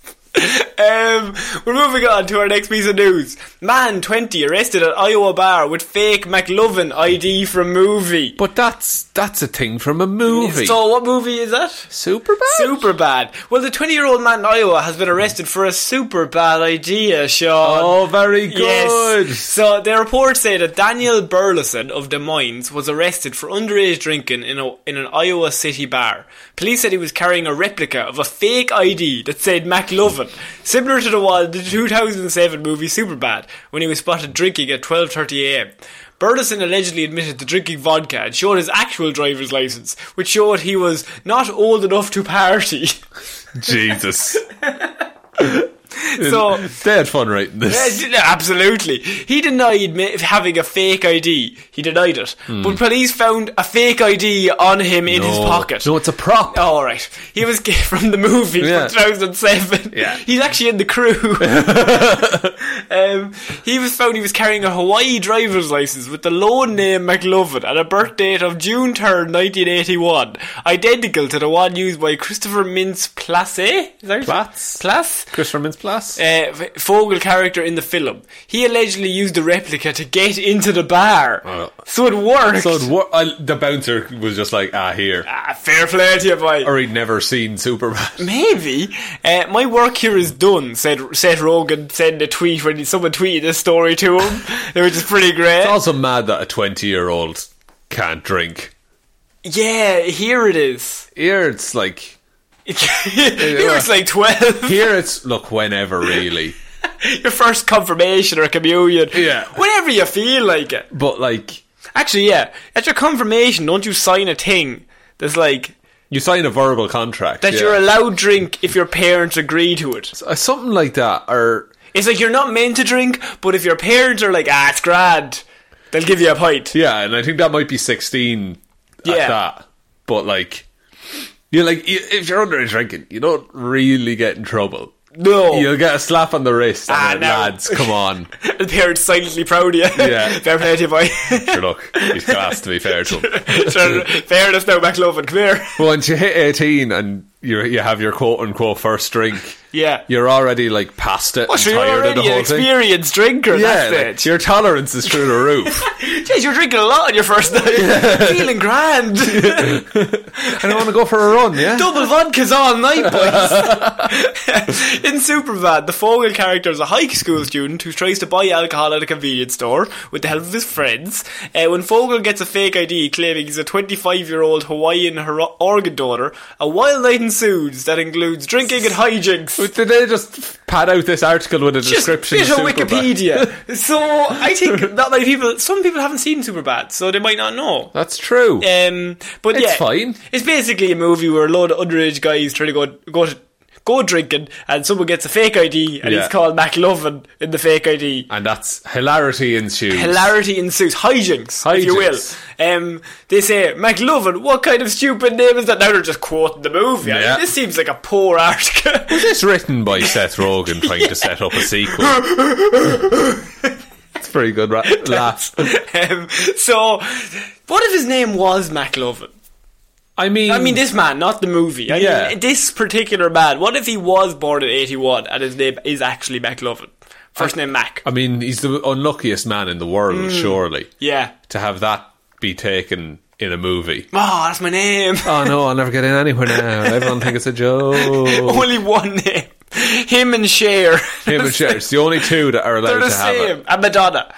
S3: um, we're moving on to our next piece of news. Man 20 arrested at Iowa bar with fake McLovin ID from movie.
S4: But that's that's a thing from a movie.
S3: So what movie is that?
S4: Super bad.
S3: Super bad. Well, the 20 year old man in Iowa has been arrested for a super bad idea, Sean.
S4: Oh, very good.
S3: Yes. So the reports say that Daniel Burleson of Des Moines was arrested for underage drinking in a, in an Iowa City bar. Police said he was carrying a replica of a fake ID that said McLovin, similar to the one in the 2007 movie Superbad, when he was spotted drinking at 12:30 a.m. Burleson allegedly admitted to drinking vodka and showed his actual driver's license, which showed he was not old enough to party.
S4: Jesus.
S3: So
S4: they had fun writing this.
S3: Yes, no, absolutely. He denied ma- having a fake ID. He denied it. But police found a fake ID on him in his
S4: Hmm. No.
S3: pocket.
S4: No, it's a prop.
S3: Oh, all right. He was g- from the movie
S4: Yeah.
S3: from 2007.
S4: Yeah.
S3: He's actually in the crew. Um, he was found he was carrying a Hawaii driver's license with the loan name McLovin and a birth date of June 3rd, 1981, identical to the one used by Christopher Mintz Place. Is that
S4: Platz.
S3: Place?
S4: Christopher Mintz Plus.
S3: uh, F- Fogel character in the film. He allegedly used the replica to get into the bar.
S4: Oh.
S3: So it worked.
S4: so it wa- I, the bouncer was just like, ah, here.
S3: ah, fair play to you, boy.
S4: Or he'd never seen Superman.
S3: Maybe. Uh, my work here is done, said Seth Rogen, sent a tweet when someone tweeted this story to him, which is pretty great.
S4: It's also mad that a 20 year old can't drink.
S3: yeah, here it is.
S4: Here it's like,
S3: here it's like 12.
S4: here it's, look, whenever really.
S3: Your first confirmation or communion.
S4: Yeah.
S3: Whenever you feel like it.
S4: But like,
S3: Actually, yeah. At your confirmation, don't you sign a thing that's like,
S4: you sign a verbal contract.
S3: that
S4: yeah.
S3: you're allowed drink if your parents agree to it.
S4: Uh, Something like that. Or,
S3: It's like you're not meant to drink, but if your parents are like, ah, it's grand, they'll give you a pint.
S4: yeah, and I think that might be 16
S3: Yeah.
S4: at that. But like, you're like, y- if you're underage drinking, you don't really get in trouble.
S3: No.
S4: You'll get a slap on the wrist. And
S3: Ah,
S4: then,
S3: no.
S4: lads, come on.
S3: the parents silently proud of you.
S4: Yeah.
S3: Fair play to you, boy.
S4: Sure, look, he's class to be fair to him.
S3: Sure, Fair enough now, McLovin, come here.
S4: But once you hit 18 and you you have your quote unquote first drink,
S3: Yeah.
S4: you're already like past it,
S3: Oh,
S4: and
S3: so you're
S4: tired of the
S3: already an
S4: whole thing.
S3: experienced drinker at
S4: Yeah,
S3: that
S4: like,
S3: stage.
S4: your tolerance is through the roof.
S3: Jeez, you're drinking a lot on your first night. Feeling grand.
S4: and I want to go for a run, yeah?
S3: Double vodkas all night, boys. In Superbad, the Fogel character is a high school student who tries to buy alcohol at a convenience store with the help of his friends. Uh, when Fogel gets a fake ID claiming he's a 25-year-old Hawaiian hero- organ donor, a wild night ensues that includes drinking and hijinks.
S4: But Did they just pad out this article with a description
S3: Just
S4: of
S3: bit of
S4: Superbad?
S3: Wikipedia. so I think not many people. Some people haven't seen Superbad, so they might not know.
S4: That's true.
S3: Um, but
S4: It's
S3: yeah,
S4: fine.
S3: It's basically a movie where a load of underage guys try to go go to, go drinking, and someone gets a fake ID, and
S4: Yeah.
S3: he's called McLovin in the fake ID.
S4: And that's hilarity ensues.
S3: Hilarity ensues, hijinks, if you will.
S4: Hijinks.
S3: Um, they say, McLovin, what kind of stupid name is that? Now they're just quoting the movie. I mean,
S4: Yeah.
S3: this seems like a poor article.
S4: It's written by Seth Rogen trying to set up a sequel. it's pretty good ra- laugh.
S3: um, so, what if his name was McLovin?
S4: I mean,
S3: I mean, this man, not the movie. I
S4: Yeah.
S3: mean, this particular man. What if he was born in 81 and his name is actually McLovin? First name Mac.
S4: I mean, he's the unluckiest man in the world,
S3: Hmm.
S4: surely,
S3: yeah.
S4: to have that be taken in a movie.
S3: Oh, that's my name.
S4: Oh no, I'll never get in anywhere now. Everyone think it's a joke.
S3: Only one name. Him and Cher.
S4: Him and Oh. Cher, it's the only two that are allowed
S3: They're the
S4: to have
S3: same.
S4: it.
S3: And Madonna.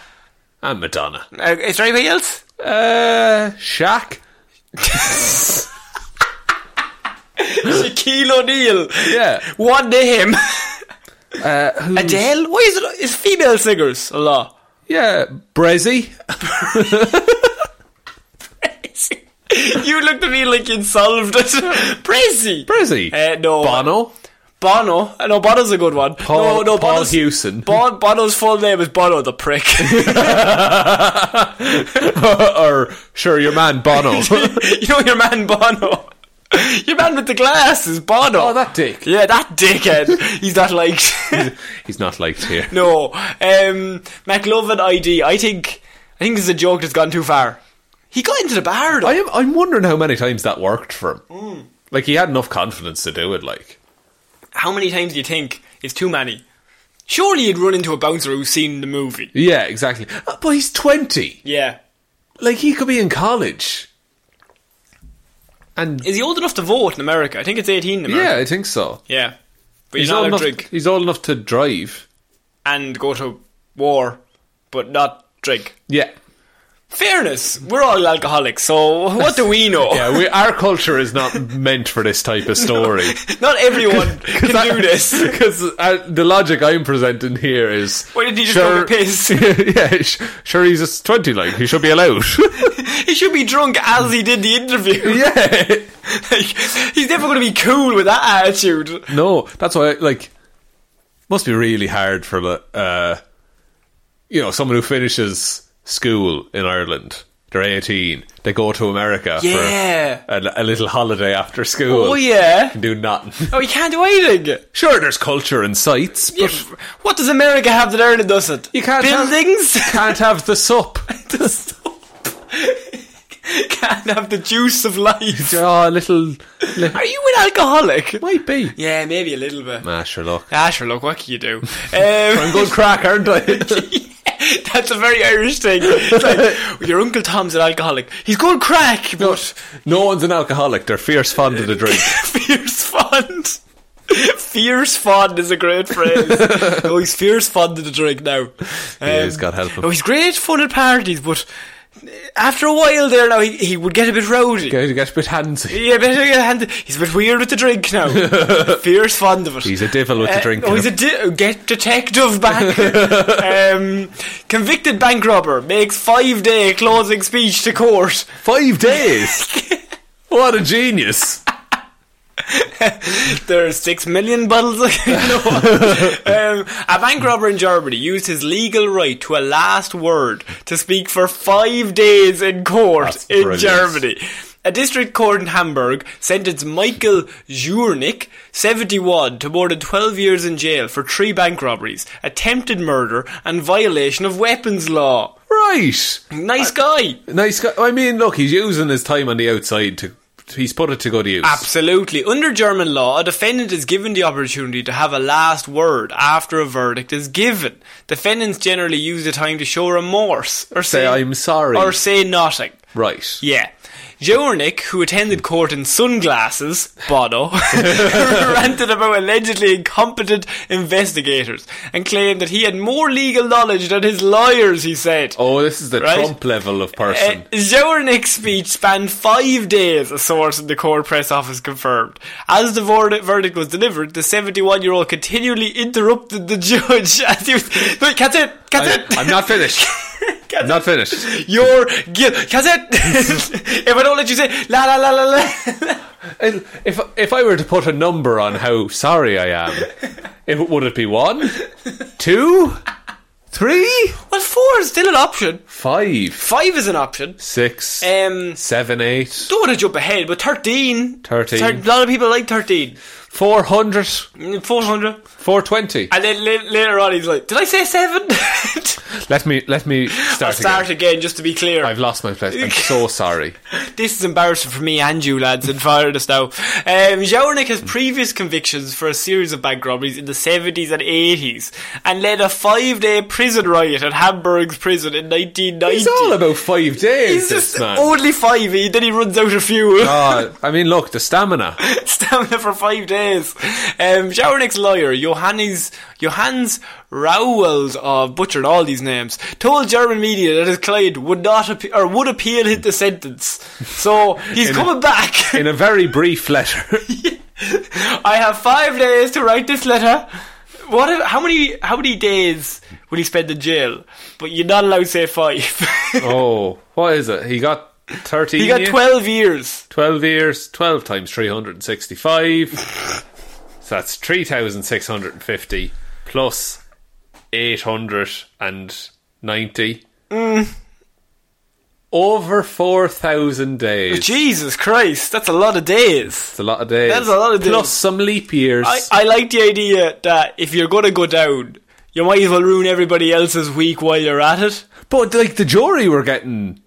S4: And Madonna.
S3: Uh, is there anybody else?
S4: Uh, Shaq.
S3: Shaquille O'Neal.
S4: Yeah.
S3: One name.
S4: Uh, who?
S3: Adele? Why is it? Is female singers a lot?
S4: Yeah, Brezzy.
S3: you looked at me like you'd solved it. Crazy.
S4: Brezzy.
S3: Uh, no.
S4: Bono.
S3: Bono. Uh, No, Bono's a good one.
S4: Paul-
S3: no, no,
S4: Paul
S3: Bono's,
S4: Hewson.
S3: Bon, Bono's full name is Bono the prick.
S4: or sure, your man Bono.
S3: you know your man Bono. Your man with the glass is Bono.
S4: Oh, that dick.
S3: Yeah, that dickhead. He's not liked.
S4: He's not liked here.
S3: no. Um, McLovin ID. I think. I think this is a joke that's gone too far. He got into the bar. Though.
S4: I am. I'm wondering how many times that worked for him.
S3: Hmm.
S4: Like he had enough confidence to do it. Like
S3: How many times do you think it's too many? Surely you'd run into a bouncer who's seen the movie.
S4: yeah, exactly. Uh, But he's twenty.
S3: Yeah.
S4: Like he could be in college. And
S3: Is he old enough to vote in America? I think it's 18 in America.
S4: yeah, I think so.
S3: Yeah. But he's, not allowed
S4: old enough.
S3: to drink.
S4: He's old enough to drive.
S3: and go to war, but not drink.
S4: Yeah.
S3: Fairness, we're all alcoholics, so what do we know?
S4: Yeah, we, our culture is not meant for this type of story.
S3: Not everyone can do this.
S4: Because uh, the logic I'm presenting here is.
S3: Why didn't he just
S4: sure,
S3: go get piss?
S4: yeah, sh- sure, he's just 20, like, he should be allowed.
S3: He should be drunk as he did the interview.
S4: yeah.
S3: Like, he's never going to be cool with that attitude.
S4: No, that's why, like, must be really hard for, the, uh, you know, someone who finishes school in Ireland. they're 18, they go to America
S3: Yeah.
S4: for a, a little holiday after school.
S3: Oh, yeah.
S4: Can do nothing.
S3: Oh, you can't do anything.
S4: Sure, there's culture and sights, but
S3: What does America have that Ireland doesn't?
S4: you can't
S3: buildings.
S4: Have, can't have the sup.
S3: Just- can't have the juice of life.
S4: Oh, a little
S3: Are you an alcoholic?
S4: might be.
S3: Yeah, maybe a little bit.
S4: Ah, sure, look.
S3: Ah, sure, look, what can you do?
S4: I'm
S3: Um,
S4: good crack, aren't I?
S3: that's a very Irish thing. It's like, your Uncle Tom's an alcoholic. He's going crack, but
S4: no one's an alcoholic. They're fierce fond of the drink.
S3: fierce fond. Fierce fond is a great phrase. oh, he's fierce fond of the drink now. Um,
S4: is, God help him.
S3: Oh, he's great fun at parties, but after a while there now, he, he would get a bit rowdy.
S4: Get, get a bit handsy.
S3: Yeah, but and he's a bit weird with the drink now. Fierce fond of it.
S4: He's a devil with the
S3: Uh,
S4: drink.
S3: oh, he's a di- get detective back. um, convicted bank robber makes five day closing speech to court.
S4: Five days. what a genius.
S3: There are six million bottles of. no. um, a bank robber in Germany used his legal right to a last word to speak for five days in court
S4: That's
S3: in
S4: brilliant.
S3: Germany. A district court in Hamburg sentenced Michael Jurnik, 71, to more than 12 years in jail for three bank robberies, attempted murder, and violation of weapons law.
S4: Right.
S3: Nice guy.
S4: Nice guy. I mean, look, he's using his time on the outside to. He's put it to good use.
S3: Absolutely. Under German law, a defendant is given the opportunity to have a last word after a verdict is given. Defendants generally use the time to show remorse or say,
S4: Say, "I'm sorry."
S3: or say nothing.
S4: Right.
S3: Yeah. Jornik, who attended court in sunglasses, Bono, ranted about allegedly incompetent investigators and claimed that he had more legal knowledge than his lawyers, he said.
S4: Oh, this is the
S3: Right.
S4: Trump level of
S3: Uh,
S4: person.
S3: Zornick's speech spanned five days, a source in the court press office confirmed. As the verd- verdict was delivered, the 71 year old continually interrupted the judge as he was. Wait, that's it! That's
S4: I,
S3: it!
S4: I'm not finished. I'm not finished.
S3: You're guilty. That's it! if I don't let you say, la la la la la.
S4: I'll- If if I were to put a number on how sorry I am, it, would it be one, two, three,
S3: well, four is still an option.
S4: five,
S3: Five is an option.
S4: six,
S3: Um,
S4: seven, eight,
S3: don't want to jump ahead, but 13.
S4: 13.
S3: Thir- a lot of people like 13.
S4: four hundred,
S3: 400.
S4: four twenty?
S3: And then la- later on, he's like, did I say seven?
S4: Let me let me start,
S3: I'll start
S4: again.
S3: again just to be clear.
S4: I've lost my place. I'm so sorry.
S3: This is embarrassing for me and you, lads, in fairness now. Um, Jawornik has previous convictions for a series of bank robberies in the 70s and 80s and led a five day prison riot at Hamburg's prison in 1990.
S4: He's all about five days.
S3: He's
S4: This
S3: just
S4: man. Oh,
S3: only five, he, then he runs out of fuel.
S4: God, I mean, look, the stamina.
S3: stamina for five days. Um, Jawornik's lawyer, Johannes, Johannes Rauwald, uh, butchered all these names, told German media that his client would not appe- or would appeal hit the sentence. So he's coming back.
S4: In a very brief letter,
S3: I have five days to write this letter. What? If, how many? How many days will he spend in jail? But you're not allowed to say five.
S4: oh, what is it? He got thirteen.
S3: he got
S4: years?
S3: twelve years.
S4: 12 years, 12 times 365. so that's 3,650 plus 890. Over 4,000 days.
S3: Jesus Christ, that's a lot of days.
S4: That's a lot of days.
S3: That's a lot of days.
S4: Plus some leap years.
S3: I, I like the idea that if you're gonna go down, you might as well ruin everybody else's week while you're at it.
S4: but, like, the jury were getting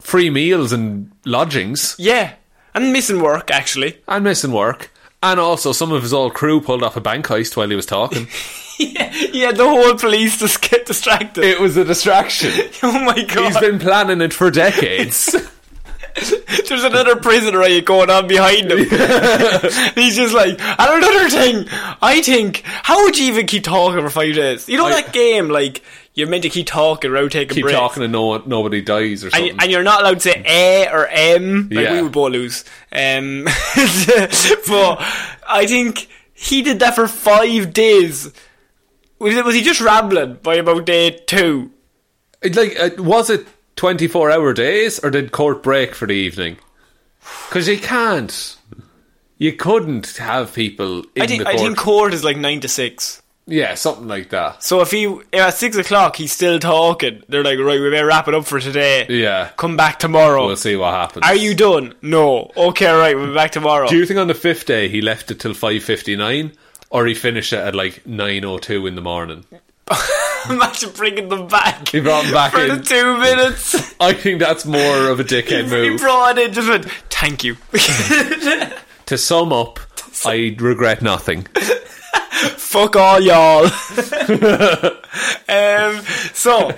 S4: free meals and lodgings
S3: Yeah, and missing work actually.
S4: and missing work. And also, some of his old crew pulled off a bank heist while he was talking.
S3: Yeah, the whole police just get distracted.
S4: it was a distraction.
S3: oh my god.
S4: He's been planning it for decades.
S3: There's another prison riot going on behind him. He's just like, and another thing, I think, how would you even keep talking for five days? You know
S4: I-
S3: that game, like, you're meant to keep talking, row taking
S4: keep
S3: breaks.
S4: talking and no one, nobody dies or
S3: And,
S4: something.
S3: and you're not allowed to say A or M. Like,
S4: Yeah.
S3: we would both lose. Um, but I think he did that for five days. Was, it- was he just rambling by about day two?
S4: It, like, uh, was it twenty four hour days or did court break for the evening? Because you can't, you couldn't have people in
S3: I think,
S4: the court.
S3: I think court is like nine to six.
S4: Yeah, something like that.
S3: So if he if at six o'clock he's still talking, they're like, right, we better wrap it up for today.
S4: Yeah.
S3: Come back tomorrow.
S4: We'll see what happens.
S3: Are you done? No. Okay, right, we'll be back tomorrow.
S4: Do you think on the fifth day he left it till five fifty nine, or he finished it at like nine or two in the morning?
S3: Imagine bringing them back.
S4: He brought them back
S3: for
S4: in.
S3: the two minutes.
S4: I think that's more of a dickhead
S3: he
S4: move.
S3: brought it in just went, thank you.
S4: to sum up, I regret nothing.
S3: Fuck all y'all. um, so,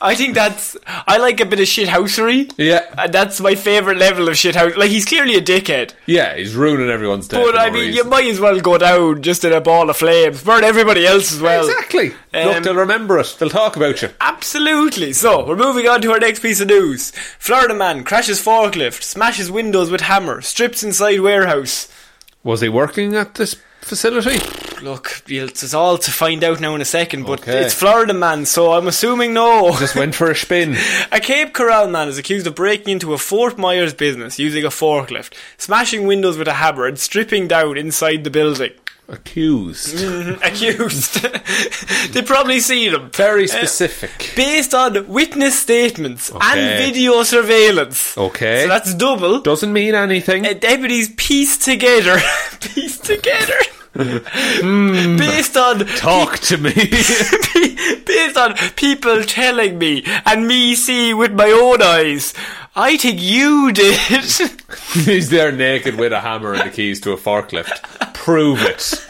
S3: I think that's. I like a bit of shithousery.
S4: Yeah,
S3: And that's my favourite level of shithouse. Like, he's clearly a dickhead.
S4: yeah, he's ruining everyone's day.
S3: But
S4: for
S3: I
S4: no
S3: mean, you
S4: reason.
S3: might as well go down just in a ball of flames. Burn everybody else as well.
S4: exactly.
S3: Um,
S4: Look, they'll remember it. They'll talk about you.
S3: Absolutely. So, we're moving on to our next piece of news. Florida man crashes forklift, smashes windows with hammer, strips inside warehouse.
S4: Was he working at this facility?
S3: Look, it's all to find out now in a second, but
S4: Okay.
S3: it's Florida man, so I'm assuming no.
S4: Just went for a spin.
S3: A Cape Coral man is accused of breaking into a Fort Myers business using a forklift, smashing windows with a hammer, and stripping down inside the building. Mm.
S4: Accused.
S3: Accused. they probably seen him.
S4: Mm-hmm. Very
S3: Uh,
S4: specific.
S3: based on witness statements and
S4: Okay.
S3: video surveillance.
S4: Okay.
S3: So that's double.
S4: Doesn't mean anything.
S3: Uh, deputies pieced together. pieced together.
S4: Hmm.
S3: Based on
S4: Talk to me.
S3: based on people telling me and me see with my own eyes. I think you did.
S4: He's there naked with a hammer and the keys to a forklift. Prove it.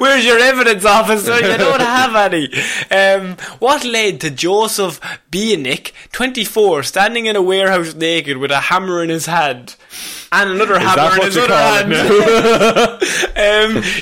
S3: Where's your evidence, officer? You don't have any. Um, what led to Joseph Bienick, 24, standing in a warehouse naked with a hammer in his hand and another hammer in his other hand? um,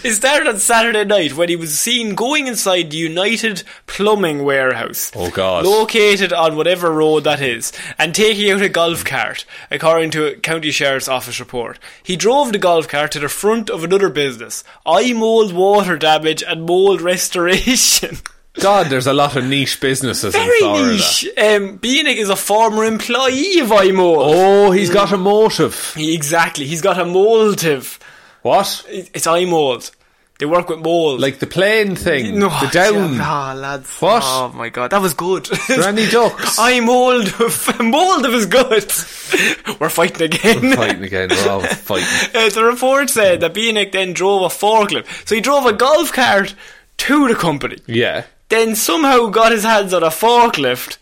S3: it started on Saturday night when he was seen going inside the United Plumbing Warehouse.
S4: Oh, God.
S3: Located on whatever road that is, and taking out a golf cart, according to a county sheriff's office report. He drove the golf cart to the front of another business, eye mold water damage and mold restoration.
S4: God, there's a lot of niche businesses in
S3: Very
S4: Florida.
S3: niche. Um, Bienick is a former employee of eye mold.
S4: Oh, he's got a motive.
S3: Exactly, he's got a moldtive.
S4: What?
S3: It- It's eye mold. They work with mold.
S4: Like the plane thing.
S3: No,
S4: the down.
S3: Ah, lads.
S4: What?
S3: Oh my god, that was good.
S4: Granny Ducks.
S3: I'm old. Mold is good. We're fighting again.
S4: fighting again. We're all fighting.
S3: Uh, the report said that Bienick then drove a forklift. So he drove a golf cart to the company,
S4: Yeah.
S3: then somehow got his hands on a forklift,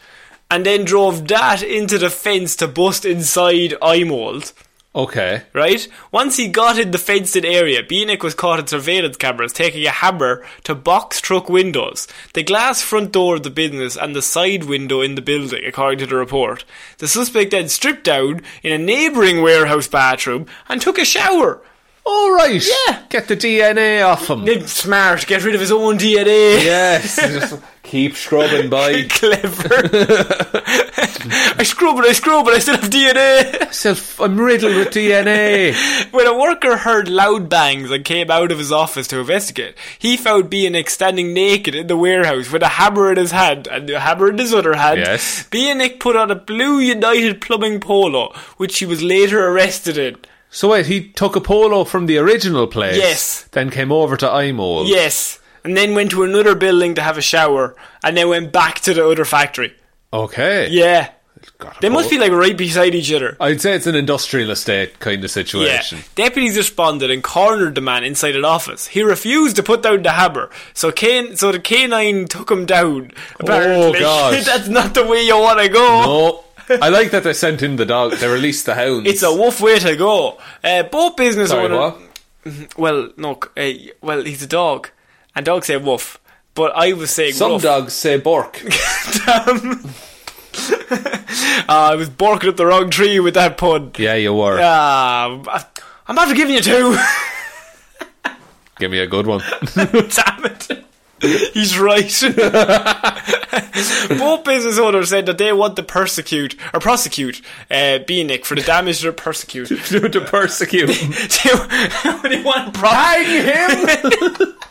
S3: and then drove that into the fence to bust inside iMold
S4: Okay.
S3: right? Once he got in the fenced-in area, Bienick was caught in surveillance cameras taking a hammer to box truck windows, the glass front door of the business, and the side window in the building, according to the report. The suspect then stripped down in a neighbouring warehouse bathroom and took a shower.
S4: All right.
S3: Yeah.
S4: Get the DNA off him.
S3: Did smart, get rid of his own DNA.
S4: yes. Just keep scrubbing by.
S3: Clever. I scrub it, I scrub it, I still have DNA.
S4: Self- I'm riddled with DNA.
S3: When a worker heard loud bangs and came out of his office to investigate, he found Bienick standing naked in the warehouse with a hammer in his hand and a hammer in his other hand.
S4: Yes.
S3: Bienick put on a blue United Plumbing polo, which he was later arrested in.
S4: So wait, he took a polo from the original place.
S3: Yes.
S4: Then came over to Imol.
S3: Yes. And then went to another building to have a shower, and then went back to the other factory.
S4: Okay.
S3: Yeah.
S4: Got a
S3: They must
S4: polo.
S3: be like right beside each other.
S4: I'd say it's an industrial estate kind of
S3: Yeah.
S4: situation.
S3: Deputies responded and cornered the man inside an office. He refused to put down the hammer, so can so the canine took him down. Apparently,
S4: God.
S3: that's not the way you want to go.
S4: Oh, No. I like that they sent in the dog. They released the hounds.
S3: It's a wolf way to go. Uh, both business
S4: Sorry,
S3: owners.
S4: what?
S3: Well, no. Uh, well, he's a dog, and dogs say wolf. But I was saying
S4: Some
S3: wolf.
S4: dogs say bark.
S3: Ah, I was barking up the wrong tree with that pun.
S4: yeah, you were.
S3: Ah, I- I'm after giving you two.
S4: Give me a good one.
S3: Damn it. He's right. Both business owners said that they want to persecute or prosecute uh, Bienick for the damage they're persecute.
S4: to persecute.
S3: they, they want to pro-
S4: him.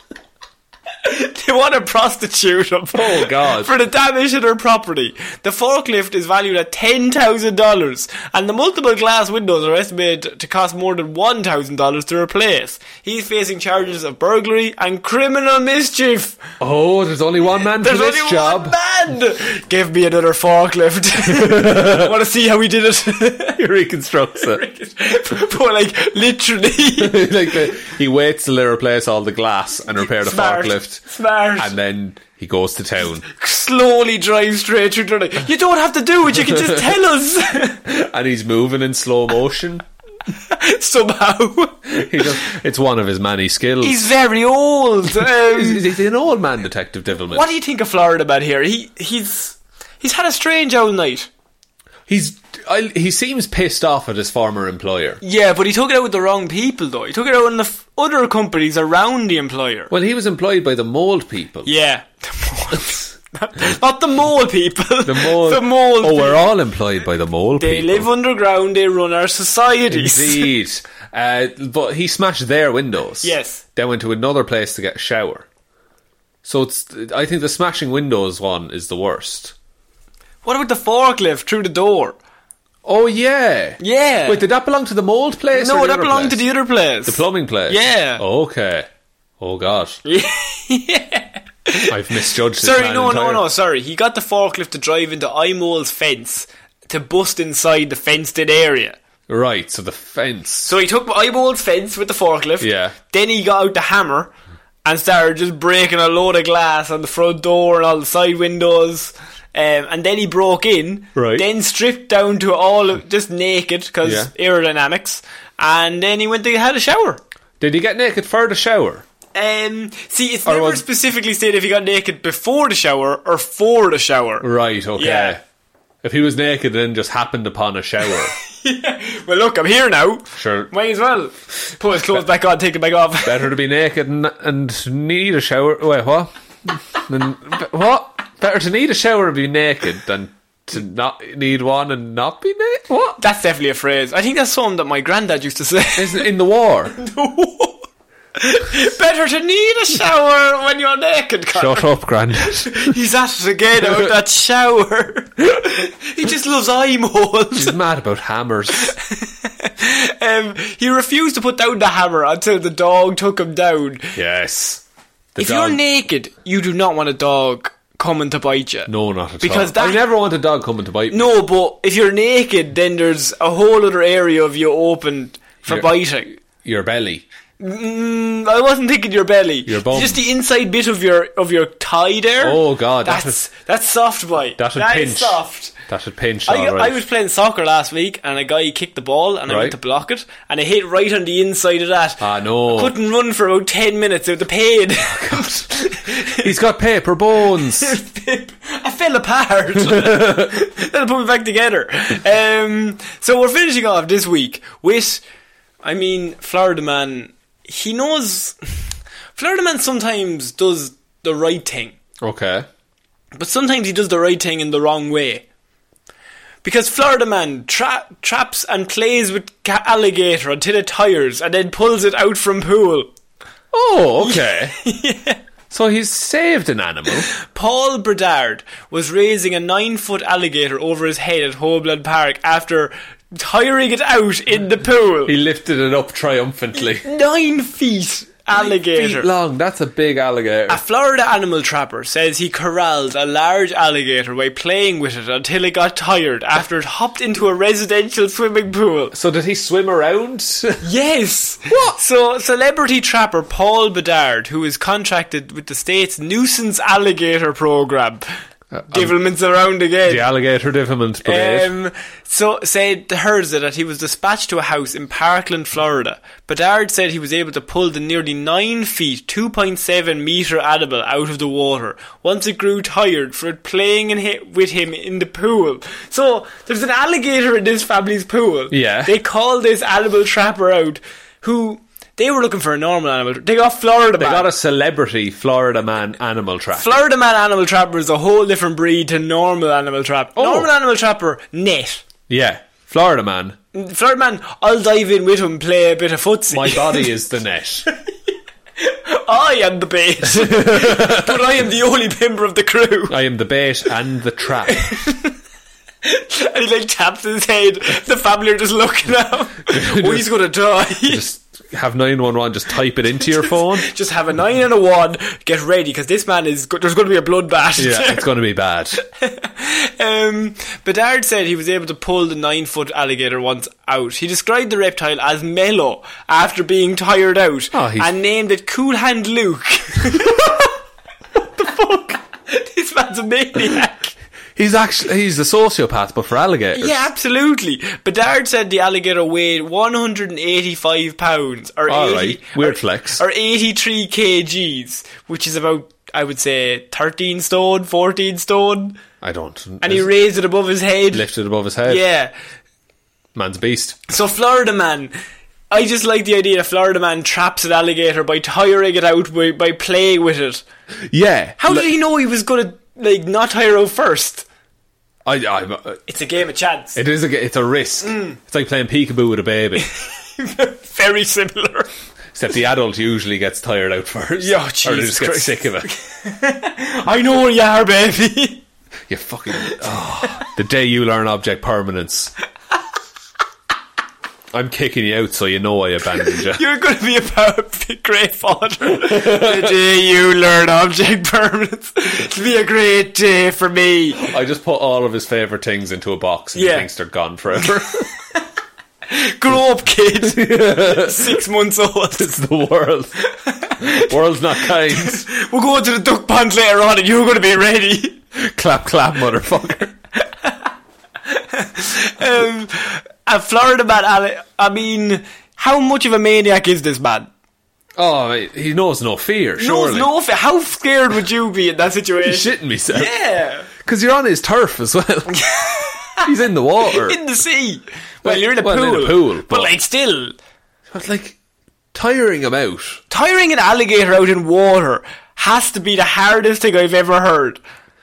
S3: they want to prostitute him.
S4: Oh, God.
S3: For the damage to their property. The forklift is valued at $10,000 and the multiple glass windows are estimated to cost more than $1,000 to replace. He's facing charges of burglary and criminal mischief.
S4: Oh, there's only one man
S3: There's
S4: for
S3: only
S4: this job.
S3: one man. Give me another forklift. I want to see how he did it.
S4: He reconstructs it.
S3: But like literally
S4: like the, he waits till they replace all the glass and repair the
S3: Smart.
S4: forklift.
S3: Smart.
S4: And then he goes to town.
S3: slowly drive straight through. the night. You don't have to do it. You can just tell us
S4: and he's moving in slow motion.
S3: somehow.
S4: He just, it's one of his many skills.
S3: He's very old. Um,
S4: He's- he's an old man, Detective Divilman.
S3: what do you think of Florida man here? He he's he's had a strange old night.
S4: He's I, he seems pissed off at his former employer.
S3: Yeah, but he took it out with the wrong people though. He took it out on the f- other companies around the employer.
S4: Well, he was employed by the mold people.
S3: Yeah. Not the mole people.
S4: The mole.
S3: The mole.
S4: Oh,
S3: people.
S4: we're all employed by the mole
S3: They
S4: people.
S3: live underground. They run our societies.
S4: Indeed. Uh, but he smashed their windows.
S3: Yes.
S4: Then went to another place to get a shower. So it's. I think the smashing windows one is the worst.
S3: What about the forklift through the door?
S4: Oh yeah.
S3: Yeah.
S4: Wait, did that belong to the mold place?
S3: no,
S4: or the
S3: that
S4: other
S3: belonged to
S4: place?
S3: the other place.
S4: The plumbing place.
S3: Yeah.
S4: Okay. Oh god. I've misjudged. This
S3: Sorry,
S4: man
S3: no, no,
S4: entirely.
S3: no. Sorry, he got the forklift to drive into Imole's fence to bust inside the fenced-in area.
S4: Right. So the fence.
S3: So he took Eyeball's fence with the forklift.
S4: Yeah.
S3: Then he got out the hammer and started just breaking a load of glass on the front door and all the side windows. Um, and then he broke in.
S4: Right.
S3: Then stripped down to all of just naked because
S4: Yeah.
S3: aerodynamics. And then he went to had a shower.
S4: Did he get naked for the shower?
S3: Um, see, it's
S4: Or
S3: never
S4: was-
S3: specifically stated if he got naked before the shower or for the shower.
S4: Right, okay.
S3: Yeah.
S4: If he was naked and just happened upon a shower,
S3: Well, look, I'm here now.
S4: Sure.
S3: Might as well. Put his clothes back on, take them back off.
S4: better to be naked and, and need a shower. Wait, what? Then- what? Better to need a shower and be naked than to not need one and not be naked? What?
S3: That's definitely a phrase. I think that's something that my granddad used to say.
S4: Is it in the war?
S3: Better to need a shower when you're naked, Connor.
S4: Shut up, Grand.
S3: He's at it again about that shower. he just loves eye moles.
S4: He's mad about hammers.
S3: Um, he refused to put down the hammer until the dog took him down.
S4: Yes. The
S3: if
S4: dog-
S3: you're naked, you do not want a dog coming to bite you.
S4: No, not at
S3: Because
S4: all. I
S3: that-
S4: never want a dog coming to bite me.
S3: No, but if you're naked, then there's a whole other area of you open for
S4: Your-
S3: biting.
S4: Your belly.
S3: Mm, I wasn't thinking your belly.
S4: Your bum.
S3: Just the inside bit of your of your tie there.
S4: Oh, God, that
S3: that's that's soft, boy.
S4: That would
S3: That is
S4: pinch.
S3: soft.
S4: That would pinch.
S3: I,
S4: all right.
S3: I was playing soccer last week and a guy kicked the ball and I
S4: Right.
S3: went to block it and I hit right on the inside of that.
S4: Ah, no. Oh,
S3: Couldn't run for about 10 minutes out the pain.
S4: He's got paper bones.
S3: I fell apart. That'll put me back together. Um, so we're finishing off this week with, I mean, Florida Man. He knows. Florida Man sometimes does the right thing,
S4: okay.
S3: but sometimes he does the right thing in the wrong way. Because Florida Man tra- traps and plays with ca- alligator until it tires and then pulls it out from pool.
S4: Oh, okay. So he's saved an animal.
S3: Paul Bredard was raising a nine foot alligator over his head at Hobland Park after tiring it out in the pool.
S4: He lifted it up triumphantly.
S3: Nine feet
S4: Feet
S3: alligator.
S4: long. That's a big alligator.
S3: A Florida animal trapper says he corralled a large alligator by playing with it until it got tired after it hopped into a residential swimming pool.
S4: So did he swim around?
S3: Yes.
S4: What?
S3: So, celebrity trapper Paul Bedard, who is contracted with the state's nuisance alligator program, Divilman's around again.
S4: the alligator divilment brigade.
S3: Um, so said the Herza that he was dispatched to a house in Parkland, Florida. Bedard said he was able to pull the nearly nine feet, two point seven meter animal out of the water once it grew tired for it playing in hi- with him in the pool. So there's an alligator in this family's pool.
S4: Yeah.
S3: they call this animal trapper out, who they were looking for a normal animal. They got Florida.
S4: they
S3: man.
S4: got a celebrity Florida man animal trap.
S3: Florida man animal trapper is a whole different breed to normal animal trap.
S4: Oh.
S3: Normal animal trapper net.
S4: yeah, Florida man.
S3: Flirtman, I'll dive in with him, play a bit of footsie.
S4: My body is the net.
S3: I am the base, but I am the only member of the crew.
S4: I am the bait and the trap.
S3: And he like taps his head. The family are just looking at him. Oh, he's gonna die.
S4: just have 911, just type it into your phone.
S3: Just have a nine and a one. Get ready, because this man is. go- There's going to be a bloodbath.
S4: Yeah, it's going to be bad.
S3: um, Bedard said he was able to pull the nine foot alligator once out. He described the reptile as mellow after being tired out
S4: Oh, he's-
S3: and named it Cool Hand Luke. what the fuck? this man's a maniac.
S4: He's actually he's a sociopath, but for alligators.
S3: Yeah, absolutely. Bedard said the alligator weighed 185 pounds, or
S4: All
S3: 80,
S4: right, weird
S3: or-
S4: flex.
S3: or 83 kgs, which is about I would say 13 stone, 14 stone,
S4: I don't.
S3: and he
S4: is-
S3: raised it above his head.
S4: lifted above his head.
S3: Yeah.
S4: man's a beast.
S3: So Florida man, I just like the idea that Florida man traps an alligator by tiring it out by, by playing with it.
S4: Yeah,
S3: How did he know he was gonna like not tire out first?
S4: I, I,
S3: It's a game of chance.
S4: it is a it's a risk.
S3: Mm.
S4: It's like playing peekaboo with a baby,
S3: Very similar.
S4: except the adult usually gets tired out first.
S3: Yeah, oh,
S4: or they
S3: Jesus
S4: just
S3: Christ.
S4: get sick of it.
S3: I know where you are, baby.
S4: You fucking oh, the day you learn object permanence. I'm kicking you out, so you know I abandoned you.
S3: You're going to be a perfect great father. the day you learn object permanence, it'll be a great day for me.
S4: I just put all of his favorite things into a box, and
S3: Yeah.
S4: he thinks they're gone forever.
S3: Grow up, kid. Six months old.
S4: it's the world. World's not kind.
S3: We're going to the duck pond later on, and you're going to be ready.
S4: clap, clap, motherfucker.
S3: um, a Florida man. Ali- I mean, how much of a maniac is this man?
S4: Oh, mate, he knows no fear. Surely,
S3: No, no, fa- how scared would you be in that
S4: He's
S3: situation?
S4: shitting myself.
S3: Yeah,
S4: Because you're on his turf as well. He's in the water.
S3: in the sea. Well,
S4: Well,
S3: you're in a
S4: well,
S3: pool.
S4: in a pool,
S3: but,
S4: but-
S3: like still,
S4: But, like, tiring him out.
S3: tiring an alligator out in water has to be the hardest thing I've ever heard.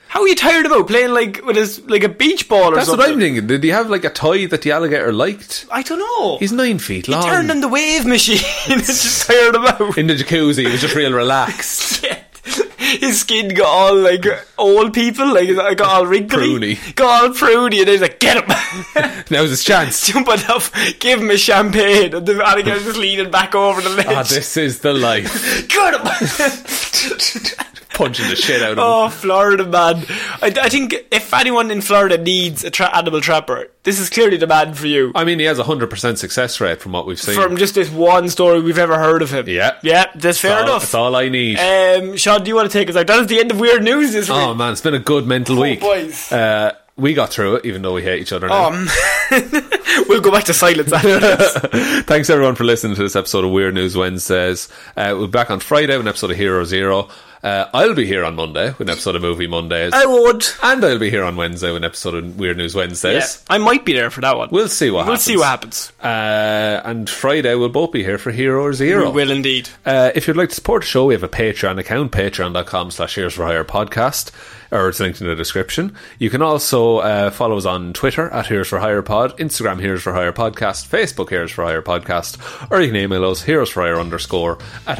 S3: How are you tired about playing like with his like a beach ball or
S4: That's
S3: something?
S4: what I'm thinking. Did he have, like, a toy that the alligator liked?
S3: I don't know.
S4: He's nine feet long.
S3: turned on the wave machine. and just tired him out.
S4: in the jacuzzi, he was just real relaxed.
S3: Yeah. His skin got all like old people, like it got all wrinkly,
S4: Pruny.
S3: got all pruny, and he's like, "Get him,
S4: Now's his chance.
S3: jump it up, give him a champagne." And the alligator's just leaning back over the ledge.
S4: Ah, this is the life.
S3: Get him.
S4: Punching the shit out of him.
S3: oh, Florida man! I, I think if anyone in Florida needs a tra- animal trapper, this is clearly the man for you.
S4: I mean, he has a 100% success rate from what we've seen.
S3: From just this one story we've ever heard of him.
S4: Yeah.
S3: yeah, that's fair
S4: all,
S3: enough.
S4: That's all I need.
S3: Um, Sean, do you want to take us out? That is the end of weird news this week.
S4: oh, man, it's been a good mental
S3: Oh,
S4: week.
S3: boys.
S4: Uh, we got through it, even though we hate each other now.
S3: Um,
S4: Ah.
S3: we'll go back to silence. After.
S4: Thanks everyone for listening to this episode of Weird News Wednesdays. Uh, we'll be back on Friday with an episode of Hero Zero. Uh, I'll be here on Monday with an episode of Movie Mondays.
S3: I would.
S4: and I'll be here on Wednesday with an episode of Weird News Wednesdays.
S3: I might be there for that one.
S4: We'll see what
S3: We'll
S4: happens.
S3: see what happens.
S4: Uh, and Friday we'll both be here for Hero Zero.
S3: We will indeed.
S4: Uh, if you'd like to support the show, we have a Patreon account, patreon.com slash Here's for Hire podcast, or it's linked in the description. You can also uh, follow us on Twitter at Here's for Hire pod, Instagram Here's for Hire podcast, Facebook Here's for Hire podcast, or you can email us Here's for Hire underscore at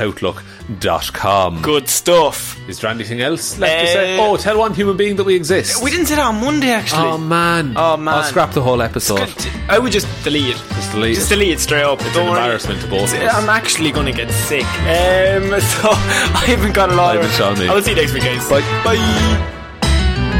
S4: outlook.com.
S3: Good stuff.
S4: Is there anything else left to
S3: Uh,
S4: say? Oh, tell one human being that we exist.
S3: We didn't say that on Monday, actually.
S4: Oh man.
S3: Oh, man.
S4: I'll scrap the whole episode.
S3: Good. I would just delete it.
S4: Just delete
S3: Just
S4: it.
S3: delete it straight up. It's
S4: an embarrassment to both of us.
S3: I'm actually going to get sick. Um, so I haven't got a lot
S4: I've been Sean Meakin.
S3: I'll see you next week, guys.
S4: Bye.
S3: Bye.